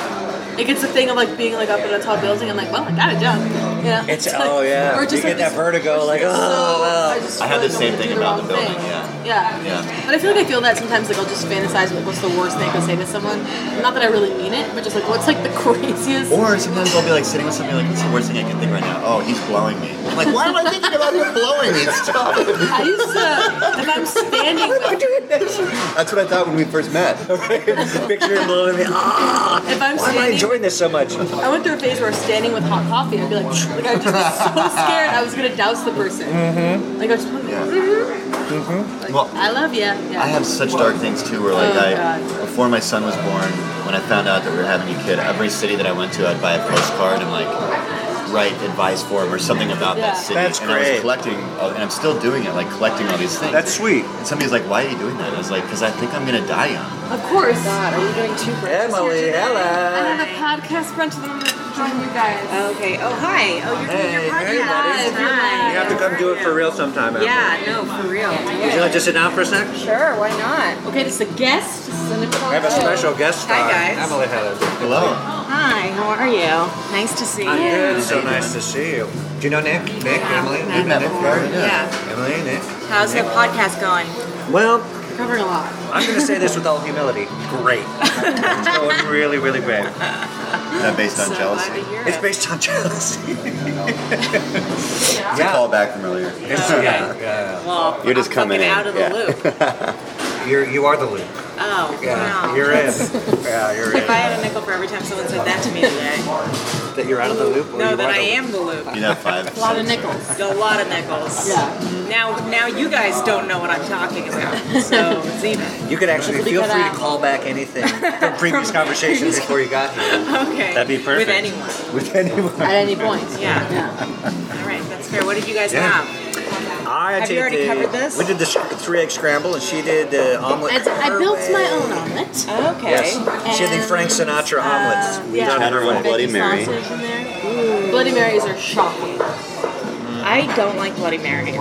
Speaker 11: like it's a thing of like being like up in a tall building. I'm like, well, I got it done. Yeah.
Speaker 9: It's oh yeah,
Speaker 11: Or
Speaker 9: you
Speaker 11: just like
Speaker 9: get that
Speaker 11: this,
Speaker 9: vertigo, like oh. well."
Speaker 11: just
Speaker 1: I had the
Speaker 11: feel like
Speaker 1: same
Speaker 11: I'm gonna
Speaker 1: thing
Speaker 11: do
Speaker 1: about the
Speaker 11: wrong
Speaker 1: building.
Speaker 11: thing.
Speaker 1: Yeah.
Speaker 11: Yeah.
Speaker 1: Yeah.
Speaker 11: But I feel like I feel that sometimes like I'll just fantasize like what's the worst thing I could say to someone. Not that I really mean it, but just like what's like the craziest.
Speaker 1: Or sometimes I'll be like sitting with somebody like, "What's the worst thing I can think right now? Oh, he's blowing me." I'm like, why am I thinking about him blowing me? Stop it.
Speaker 11: I used to uh, if I'm standing with,
Speaker 1: That's what I thought when we first met.
Speaker 9: Picture him blowing me. Ah,
Speaker 11: if I'm
Speaker 9: why am I
Speaker 11: standing
Speaker 9: enjoying this so much?
Speaker 11: I went through a phase where I was standing with hot coffee. I'd be like, like I would just be so scared I was gonna douse the person.
Speaker 10: Mm-hmm.
Speaker 11: Like I was just like,
Speaker 1: Yeah.
Speaker 11: "Mhm,
Speaker 1: Well,
Speaker 11: I love you. Yeah.
Speaker 1: I have such dark things too, where like
Speaker 11: Oh,
Speaker 1: I
Speaker 11: God.
Speaker 1: before my son was born, when I found out that we were having a kid, every city that I went to, I'd buy a postcard and like write advice for him or something about
Speaker 11: Yeah.
Speaker 1: that city.
Speaker 9: That's
Speaker 1: and I
Speaker 9: great.
Speaker 1: was collecting, all, and I'm still doing it, like collecting all these things.
Speaker 9: That's sweet.
Speaker 1: and somebody's like, "Why are you doing that?" And I was like, "Cause I think I'm gonna die young."
Speaker 11: Of
Speaker 10: Oh
Speaker 11: course.
Speaker 13: God, are you doing two breaks?
Speaker 9: Emily,
Speaker 11: I
Speaker 9: hello.
Speaker 11: have a podcast brunch that I'm gonna join you guys.
Speaker 10: Okay. Oh, hi. Oh, you're doing
Speaker 9: Hey,
Speaker 10: your
Speaker 9: hey,
Speaker 10: podcast.
Speaker 9: buddy.
Speaker 10: Hi.
Speaker 9: You have to come do it for real sometime. Emily.
Speaker 10: Yeah, no, for real.
Speaker 9: Would you like to sit down for a sec?
Speaker 10: Sure, why not?
Speaker 11: Okay, this is a guest. This is an
Speaker 9: I have a special guest star.
Speaker 10: Hi, guys.
Speaker 9: Emily Hello.
Speaker 1: Hello.
Speaker 10: Hi, how are you? Nice to see you.
Speaker 9: I'm good. So nice to see you. Do you know Nick? Nick, Emily,
Speaker 10: Nick.
Speaker 9: Nick, right?
Speaker 10: Yeah.
Speaker 9: Emily, Nick.
Speaker 10: How's the podcast going?
Speaker 9: Well,
Speaker 11: We're covering a lot.
Speaker 9: I'm going to say this with all humility. Great. it's going really, really great.
Speaker 1: Is that based on
Speaker 10: So glad
Speaker 1: jealousy?
Speaker 10: to hear
Speaker 9: It's
Speaker 10: it.
Speaker 9: based on jealousy.
Speaker 1: It's a callback from earlier.
Speaker 9: It's, yeah, yeah.
Speaker 10: Well,
Speaker 1: You're just
Speaker 10: I'm
Speaker 1: coming
Speaker 10: fucking
Speaker 1: in,
Speaker 10: out of the
Speaker 1: yeah.
Speaker 10: loop.
Speaker 9: You're, you are the loop.
Speaker 10: Oh,
Speaker 9: Yeah,
Speaker 10: wow.
Speaker 9: you're in. Yeah, you're in.
Speaker 10: If I had a nickel for every time someone said that to me today,
Speaker 9: that you're out of the loop. or
Speaker 10: no,
Speaker 9: you
Speaker 10: that
Speaker 9: are
Speaker 10: I
Speaker 9: the
Speaker 10: am the loop.
Speaker 1: You know, five.
Speaker 11: A lot of nickels.
Speaker 10: A lot of nickels.
Speaker 11: Yeah.
Speaker 10: Now, now you guys don't know what I'm talking about, so it's even.
Speaker 9: You could actually feel
Speaker 11: cut
Speaker 9: free to
Speaker 11: out.
Speaker 9: call back anything from previous conversations before you got here
Speaker 10: Okay.
Speaker 9: That'd be
Speaker 10: With
Speaker 9: perfect.
Speaker 10: anyone.
Speaker 9: with anyone.
Speaker 11: At any point.
Speaker 10: Yeah.
Speaker 11: Yeah.
Speaker 10: All right, that's fair. What did you guys
Speaker 9: Yeah.
Speaker 10: have?
Speaker 9: I
Speaker 10: Have you
Speaker 9: did
Speaker 10: already
Speaker 9: the-
Speaker 10: covered this?
Speaker 9: We did the three egg scramble, and she did the omelet.
Speaker 11: And I
Speaker 9: her
Speaker 11: built
Speaker 9: way.
Speaker 11: my own omelet. uh,
Speaker 10: Okay.
Speaker 9: Yes, she had the Frank Sinatra omelets.
Speaker 11: yeah.
Speaker 1: Had her one Bloody
Speaker 11: Veggie
Speaker 1: Mary.
Speaker 11: sausage in there. Bloody Marys are shocking.
Speaker 14: Mm. I don't like Bloody Marys.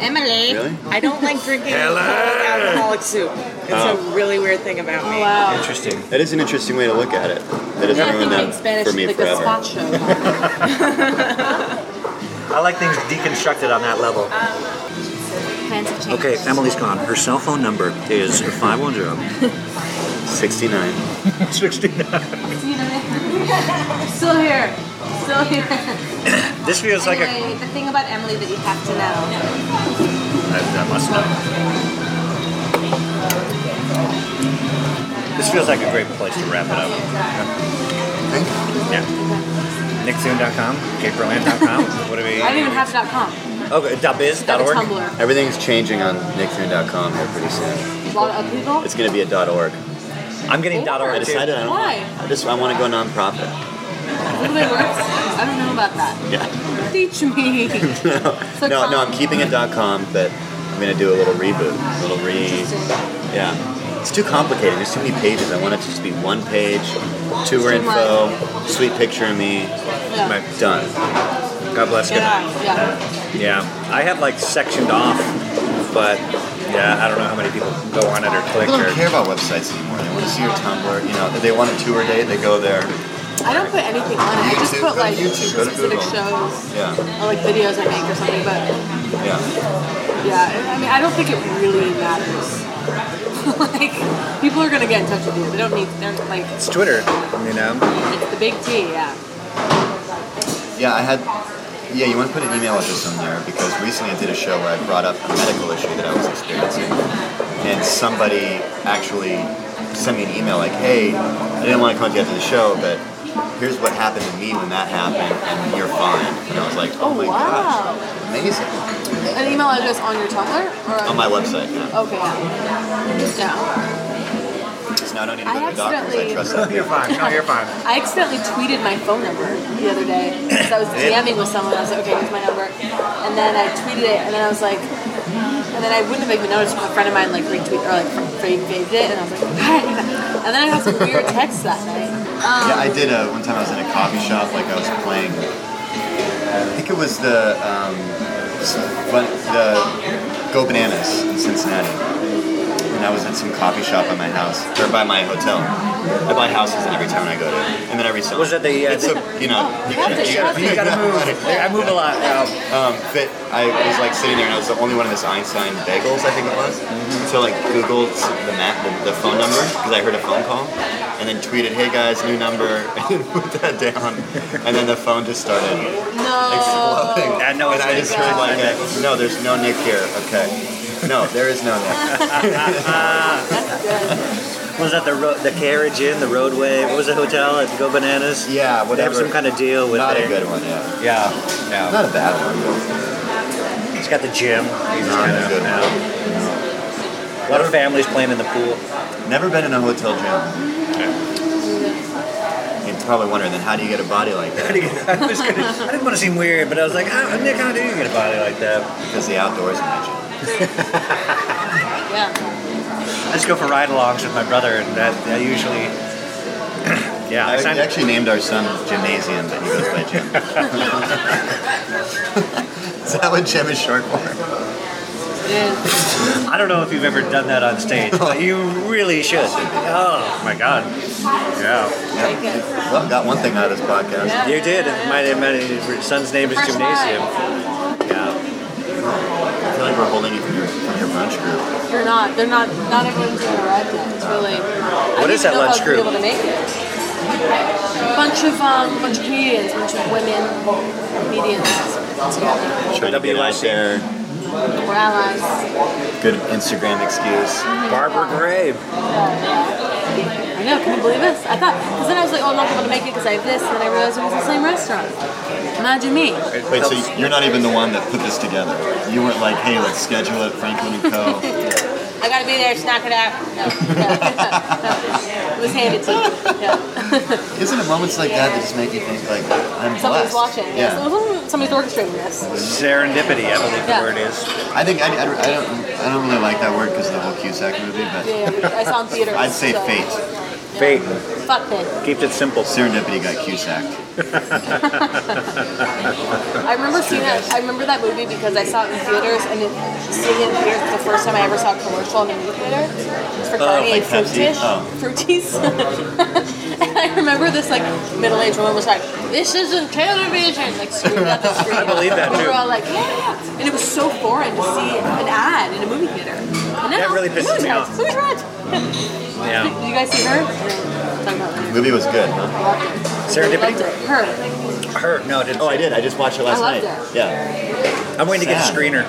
Speaker 14: Emily.
Speaker 1: Really?
Speaker 14: I don't like drinking cold
Speaker 1: Helen!
Speaker 14: alcoholic soup. It's
Speaker 1: Oh.
Speaker 14: a really weird thing about
Speaker 11: Oh,
Speaker 14: me.
Speaker 1: Interesting. That is an interesting way to look at it. That has
Speaker 14: Yeah, I think
Speaker 1: ruined that
Speaker 14: in Spanish
Speaker 1: for me
Speaker 14: it's like a
Speaker 1: forever.
Speaker 9: I like things deconstructed on that level.
Speaker 15: Plans have changed.
Speaker 9: Okay, Emily's gone. Her cell phone number is 510
Speaker 1: 69.
Speaker 9: 69.
Speaker 15: Still here. Still here.
Speaker 9: This feels like a.
Speaker 15: Anyway, the thing about Emily that you have to know.
Speaker 9: I, I must know. This feels like a great place to wrap it up. Yeah. Nicksoon.com, caperland.com. what do we.
Speaker 11: I don't even have dot com.
Speaker 9: Okay, dot biz,
Speaker 11: Have
Speaker 9: dot
Speaker 11: a
Speaker 9: org.
Speaker 11: Tumblr.
Speaker 1: Everything's changing on nickfoon.com here pretty soon.
Speaker 11: A lot of upheaval.
Speaker 1: It's going to be a dot .org.
Speaker 9: I'm getting
Speaker 1: dot
Speaker 11: .org
Speaker 1: I
Speaker 11: too.
Speaker 1: decided I don't
Speaker 11: Why?
Speaker 1: I just I want to go nonprofit.
Speaker 11: A little bit worse. I don't know about that.
Speaker 1: Yeah.
Speaker 11: Teach me.
Speaker 1: no, no, I'm keeping it dot .com, but I'm going to do a little reboot, a little re. Yeah. It's too complicated. There's too many pages. I want it to just be one page, tour info, sweet picture of me.
Speaker 11: Yeah.
Speaker 1: Done.
Speaker 9: God bless. Good night.
Speaker 11: Yeah.
Speaker 9: Yeah, I had like sectioned off, but yeah, I don't know how many people go on it or click
Speaker 1: People don't
Speaker 9: or.
Speaker 1: care about websites anymore. They want to see your Tumblr. Um, You know, if they want a tour date, they go there.
Speaker 11: I don't put anything on it. I just
Speaker 1: YouTube, go
Speaker 11: put
Speaker 1: to
Speaker 11: like
Speaker 1: YouTube, go to
Speaker 11: specific
Speaker 1: Google.
Speaker 11: shows
Speaker 1: Yeah,
Speaker 11: or like videos I make or something. But
Speaker 1: yeah.
Speaker 11: yeah, I mean, I don't think it really matters. like people are gonna get in touch with you. They don't need. They're like
Speaker 9: It's Twitter, you know.
Speaker 11: it's the big T. Yeah.
Speaker 1: Yeah, I had. Yeah, you want to put an email address on there because recently I did a show where I brought up a medical issue that I was experiencing, and somebody actually sent me an email like, "Hey, I didn't want to come to you after the show, but here's what happened to me when that happened, and you're fine." And I was like, "Oh my
Speaker 11: wow.
Speaker 1: gosh, amazing!"
Speaker 11: An email address on your Tumblr or
Speaker 1: On my website, yeah.
Speaker 11: Okay. Yeah. yeah.
Speaker 1: So now I don't need to
Speaker 11: I
Speaker 1: go to the doctors. I
Speaker 11: accidentally-
Speaker 1: trust that. You're fine.
Speaker 11: No,
Speaker 9: you're fine.
Speaker 11: I accidentally tweeted my phone number the other day because I was
Speaker 1: Yeah.
Speaker 11: DMing with someone. I was like, okay, here's my number, and then I tweeted it, and then I was like, and then I wouldn't have even noticed. but A friend of mine like retweeted or like faved it, and I was like, hi. and then I got some weird texts that night. Um,
Speaker 1: Yeah, I did. Uh, one time I was in a coffee shop, like I was playing. I think it was the um, s- but the Go Bananas in Cincinnati, and I was at some coffee shop by my house or by my hotel. I buy houses in every town I go to, and then every sell. Was that
Speaker 9: the? Uh,
Speaker 1: it's a, you know, you
Speaker 9: have to- you have to- you gotta move. I move a lot now.
Speaker 1: Um, but I was like sitting there, and I was the only one of this Einstein bagels, I think it was.
Speaker 9: Mm-hmm.
Speaker 1: So like Googled the map, the, the phone number, because I heard a phone call, and then tweeted, "Hey guys, new number," and then put that down, and then the phone just started exploding.
Speaker 9: Oh. I know
Speaker 1: and
Speaker 9: it's
Speaker 1: I just
Speaker 9: Nick.
Speaker 1: heard like, a, "No, there's no Nick here." Okay, no, there is no Nick.
Speaker 9: Was that the ro- the carriage in the roadway? What was the hotel at Go Bananas?
Speaker 1: Yeah,
Speaker 9: They have
Speaker 1: whatever.
Speaker 9: some kind of deal with
Speaker 1: Not a
Speaker 9: their-
Speaker 1: good one, yeah.
Speaker 9: Yeah, no.
Speaker 1: Not a bad one.
Speaker 9: It's got the gym.
Speaker 1: Not a good
Speaker 9: no. A lot of families playing in the pool.
Speaker 1: Never been in a hotel gym. You're probably wondering then, how do you get a body like that?
Speaker 9: I was gonna, I didn't want to seem weird, but I was like, ah, Nick, how do you get a body like that?
Speaker 1: Because the outdoors magic.
Speaker 9: I just go for ride-alongs with my brother, and that, that usually, yeah.
Speaker 1: I
Speaker 9: signed-
Speaker 1: actually named our son Gymnasium, but he goes by Jim. is that what Jim is short for?
Speaker 9: I don't know if you've ever done that on stage, but you really should. Oh my god. Yeah.
Speaker 1: Well, got one thing out of this podcast.
Speaker 9: You did. My, my, son's name is
Speaker 1: First
Speaker 9: Gymnasium. Yeah.
Speaker 1: I feel like we're holding you from your, from your brunch group.
Speaker 11: You're not. They're not. Not everyone's gonna arrive yet. It's really.
Speaker 1: What
Speaker 11: I didn't
Speaker 1: is that
Speaker 11: know if I
Speaker 1: lunch
Speaker 11: was
Speaker 1: group?
Speaker 11: gonna Be able to make it. Bunch of um, bunch of comedians, bunch of women, comedians together.
Speaker 1: Trying to get out there.
Speaker 11: We're allies.
Speaker 1: Good Instagram excuse.
Speaker 9: Barbara Grave.
Speaker 11: I know. Can you believe this? I thought. Because then I was like, oh, I'm not gonna make it because I have this, and then I realized it was the same restaurant. Imagine me.
Speaker 1: Wait, so you're not even the one that put this together. You weren't like, hey, let's schedule it, Franklin and Co.
Speaker 5: I gotta be there, knock it out.
Speaker 11: It was handed to me. Yeah.
Speaker 1: Isn't it moments like that that just make you think like I'm
Speaker 11: Somebody's
Speaker 1: blessed?
Speaker 11: watching.
Speaker 1: Yeah.
Speaker 11: Yeah. Somebody's orchestrating this.
Speaker 9: Serendipity, I believe
Speaker 11: Yeah.
Speaker 9: the word is.
Speaker 1: I think I, I, I don't I don't really like that word because of the whole Cusack movie, but
Speaker 11: Yeah, I saw in theater.
Speaker 1: I'd say
Speaker 11: so-
Speaker 1: fate.
Speaker 11: Yeah.
Speaker 1: fate.
Speaker 11: Fuck this.
Speaker 1: Keeps it simple.
Speaker 10: Serendipity got Cusack.
Speaker 11: I remember seeing that. I remember that movie because I saw it in theaters, and it, seeing it in theaters was the first time I ever saw a commercial in a movie theater. It's for
Speaker 10: Oh,
Speaker 11: Garnier
Speaker 10: like Pepsi?
Speaker 11: Fructis.
Speaker 10: Oh.
Speaker 11: Fructis. and I remember this like middle-aged woman was like, "This isn't television!" Like screaming at the screen.
Speaker 1: I believe that,
Speaker 11: We
Speaker 1: too.
Speaker 11: were all like, "Yeah, yeah!" And it was so foreign to see an ad in a movie theater. And
Speaker 1: That really pisses
Speaker 11: movies
Speaker 1: me
Speaker 11: red,
Speaker 1: off.
Speaker 11: Movies red.
Speaker 1: Yeah.
Speaker 11: Did you guys see her? Talk about her.
Speaker 10: Movie was good, huh?
Speaker 11: Loved
Speaker 1: Serendipity?
Speaker 11: it. Her.
Speaker 1: Her. No, I didn't.
Speaker 10: Oh, I did. I just watched it last
Speaker 11: I loved
Speaker 10: night.
Speaker 11: it.
Speaker 10: Yeah.
Speaker 1: I'm waiting to get a
Speaker 10: Sad.
Speaker 1: screener.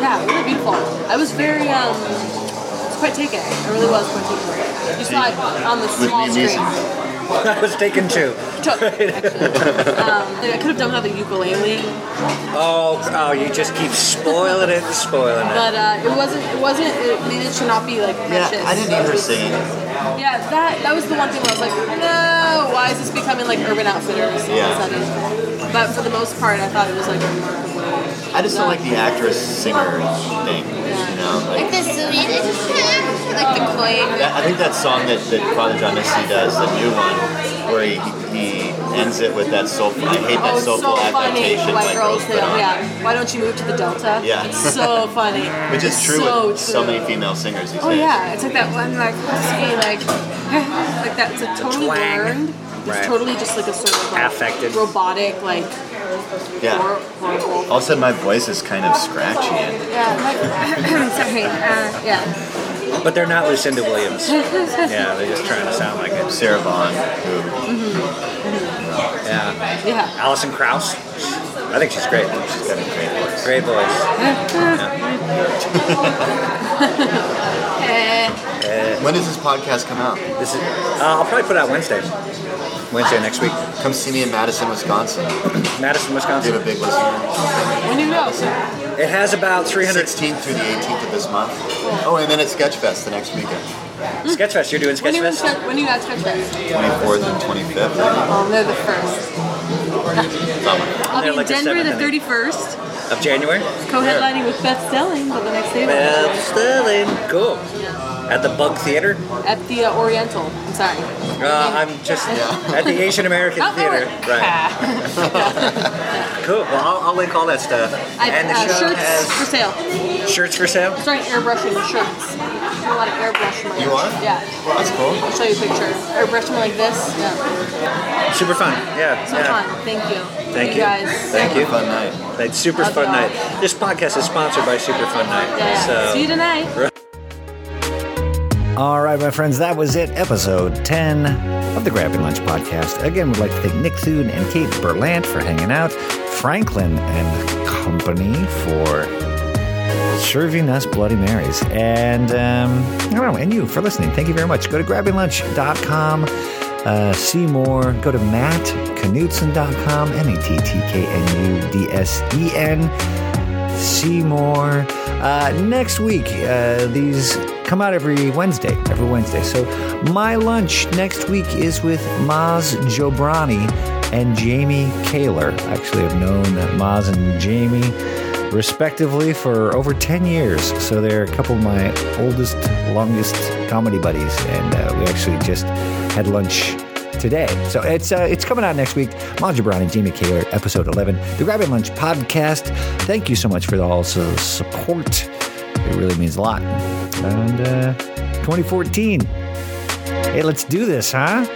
Speaker 11: Yeah, really beautiful. I was very um, was quite taken. I really was quite taken. You saw it on the
Speaker 1: With
Speaker 11: small
Speaker 1: me,
Speaker 11: screen.
Speaker 1: Mason. I was taken too.
Speaker 11: Took, actually. Um, I could have done without the ukulele,
Speaker 1: Oh, oh, you just keep spoiling it and spoiling it.
Speaker 11: but uh, it wasn't. It wasn't. It needed to not be like precious.
Speaker 10: I didn't hear her singing.
Speaker 11: Yeah, that that was the one thing where I was like, no, why is this becoming like Urban Outfitters? all of a
Speaker 10: Yeah.
Speaker 11: sudden? But for the most part, I thought it was like remarkable.
Speaker 10: I just don't like the actress singer thing. You know, like,
Speaker 11: the Swedish, like the cloying.
Speaker 10: that, I think that song that, that Father John Misty does, the new one, where he, he ends it with that soulful. I hate that
Speaker 11: Oh, it's so
Speaker 10: soulful
Speaker 11: funny.
Speaker 10: affectation.
Speaker 11: White
Speaker 10: like
Speaker 11: girls
Speaker 10: girls
Speaker 11: do.
Speaker 10: put on.
Speaker 11: Yeah. Why don't you move to the Delta?
Speaker 10: Yeah.
Speaker 11: It's so funny.
Speaker 10: Which is
Speaker 11: It's
Speaker 10: true
Speaker 11: So
Speaker 10: with so
Speaker 11: true.
Speaker 10: many female singers these
Speaker 11: Oh
Speaker 10: days.
Speaker 11: yeah, it's like that one like husky like like that's a totally
Speaker 10: twang.
Speaker 11: learned. It's
Speaker 10: Right.
Speaker 11: totally just like a sort of like
Speaker 10: Affected.
Speaker 11: robotic like
Speaker 10: Yeah.
Speaker 11: hor- horrible.
Speaker 10: All of a sudden, my voice is kind of scratchy. And
Speaker 11: Yeah, like, sorry. Uh, yeah.
Speaker 1: But they're not Lucinda Williams. Yeah, they're just trying to sound like it.
Speaker 10: Sarah Vaughan.
Speaker 1: Yeah.
Speaker 11: Yeah.
Speaker 1: Alison Krauss. I think she's great. She's got a great voice. Great voice.
Speaker 11: Uh,
Speaker 10: When does this podcast come out?
Speaker 1: This is. Uh, I'll probably put it out Wednesday. Wednesday next week.
Speaker 10: Come see me in Madison, Wisconsin.
Speaker 1: Madison, Wisconsin.
Speaker 10: Give a big listen.
Speaker 11: when do you know?
Speaker 1: It has about 300.
Speaker 10: 16th through the 18th of this month. Oh, and then at Sketchfest the next weekend.
Speaker 1: Sketchfest. You're doing
Speaker 11: When do you
Speaker 1: Sketchfest.
Speaker 11: start, when do you guys start that?
Speaker 10: 24th and 25th.
Speaker 11: Um, they're the first.
Speaker 10: Summer.
Speaker 11: I'll be
Speaker 1: They're
Speaker 11: in
Speaker 1: like the
Speaker 11: Denver the
Speaker 1: seventh, I
Speaker 11: thirty first,
Speaker 1: Of January.
Speaker 11: co-headlining with Beth Stelling, but the next day
Speaker 1: Well, Sterling. Cool. At the Bug Theater.
Speaker 11: at the uh, Oriental. I'm sorry.
Speaker 1: Uh, I'm just at the Asian American
Speaker 11: Not
Speaker 1: Theater.
Speaker 11: Oriental.
Speaker 1: Right. Cool. Well, I'll, I'll link all that stuff.
Speaker 11: I,
Speaker 1: and the
Speaker 11: uh,
Speaker 1: show
Speaker 11: shirts for
Speaker 1: has
Speaker 11: sale.
Speaker 1: shirts for sale.
Speaker 11: Sorry, airbrushing shirts. I do a lot of airbrush. in my
Speaker 10: You
Speaker 11: life.
Speaker 10: are?
Speaker 11: Yeah.
Speaker 10: That's cool.
Speaker 11: I'll show you a picture. Airbrush them like this. Yeah.
Speaker 1: Super fun. Yeah.
Speaker 11: So
Speaker 1: yeah.
Speaker 11: fun. Thank you.
Speaker 1: Thank you.
Speaker 11: guys.
Speaker 1: Thank you.
Speaker 10: Fun night.
Speaker 1: It's super
Speaker 11: Love
Speaker 1: fun
Speaker 11: y'all.
Speaker 1: night. This podcast is sponsored by Super Fun Night.
Speaker 11: Yeah.
Speaker 1: So
Speaker 11: See you tonight.
Speaker 9: All right, my friends, that was it. Episode 10 of the Grabbing Lunch Podcast. Again, we'd like to thank Nick Thune and Kate Berlant for hanging out, Franklin and Company for serving us Bloody Marys, and um, I don't know, and you for listening. Thank you very much. Go to grabbinglunch.com. Uh, see more. Go to mattknudsen.com, M A T T K N U D S E N. Seymour. Uh, next week, uh, these come out every Wednesday. Every Wednesday. So my lunch next week is with Maz Jobrani and Jamie Kaler. Actually, I've known Maz and Jamie respectively for over 10 years. So they're a couple of my oldest, longest comedy buddies. And uh, we actually just had lunch today. So it's uh, it's coming out next week. Monja Brown and Jamie Kaler, episode 11, the Grab and Lunch podcast. Thank you so much for all the support. It really means a lot. And uh, 2014. Hey, let's do this, huh?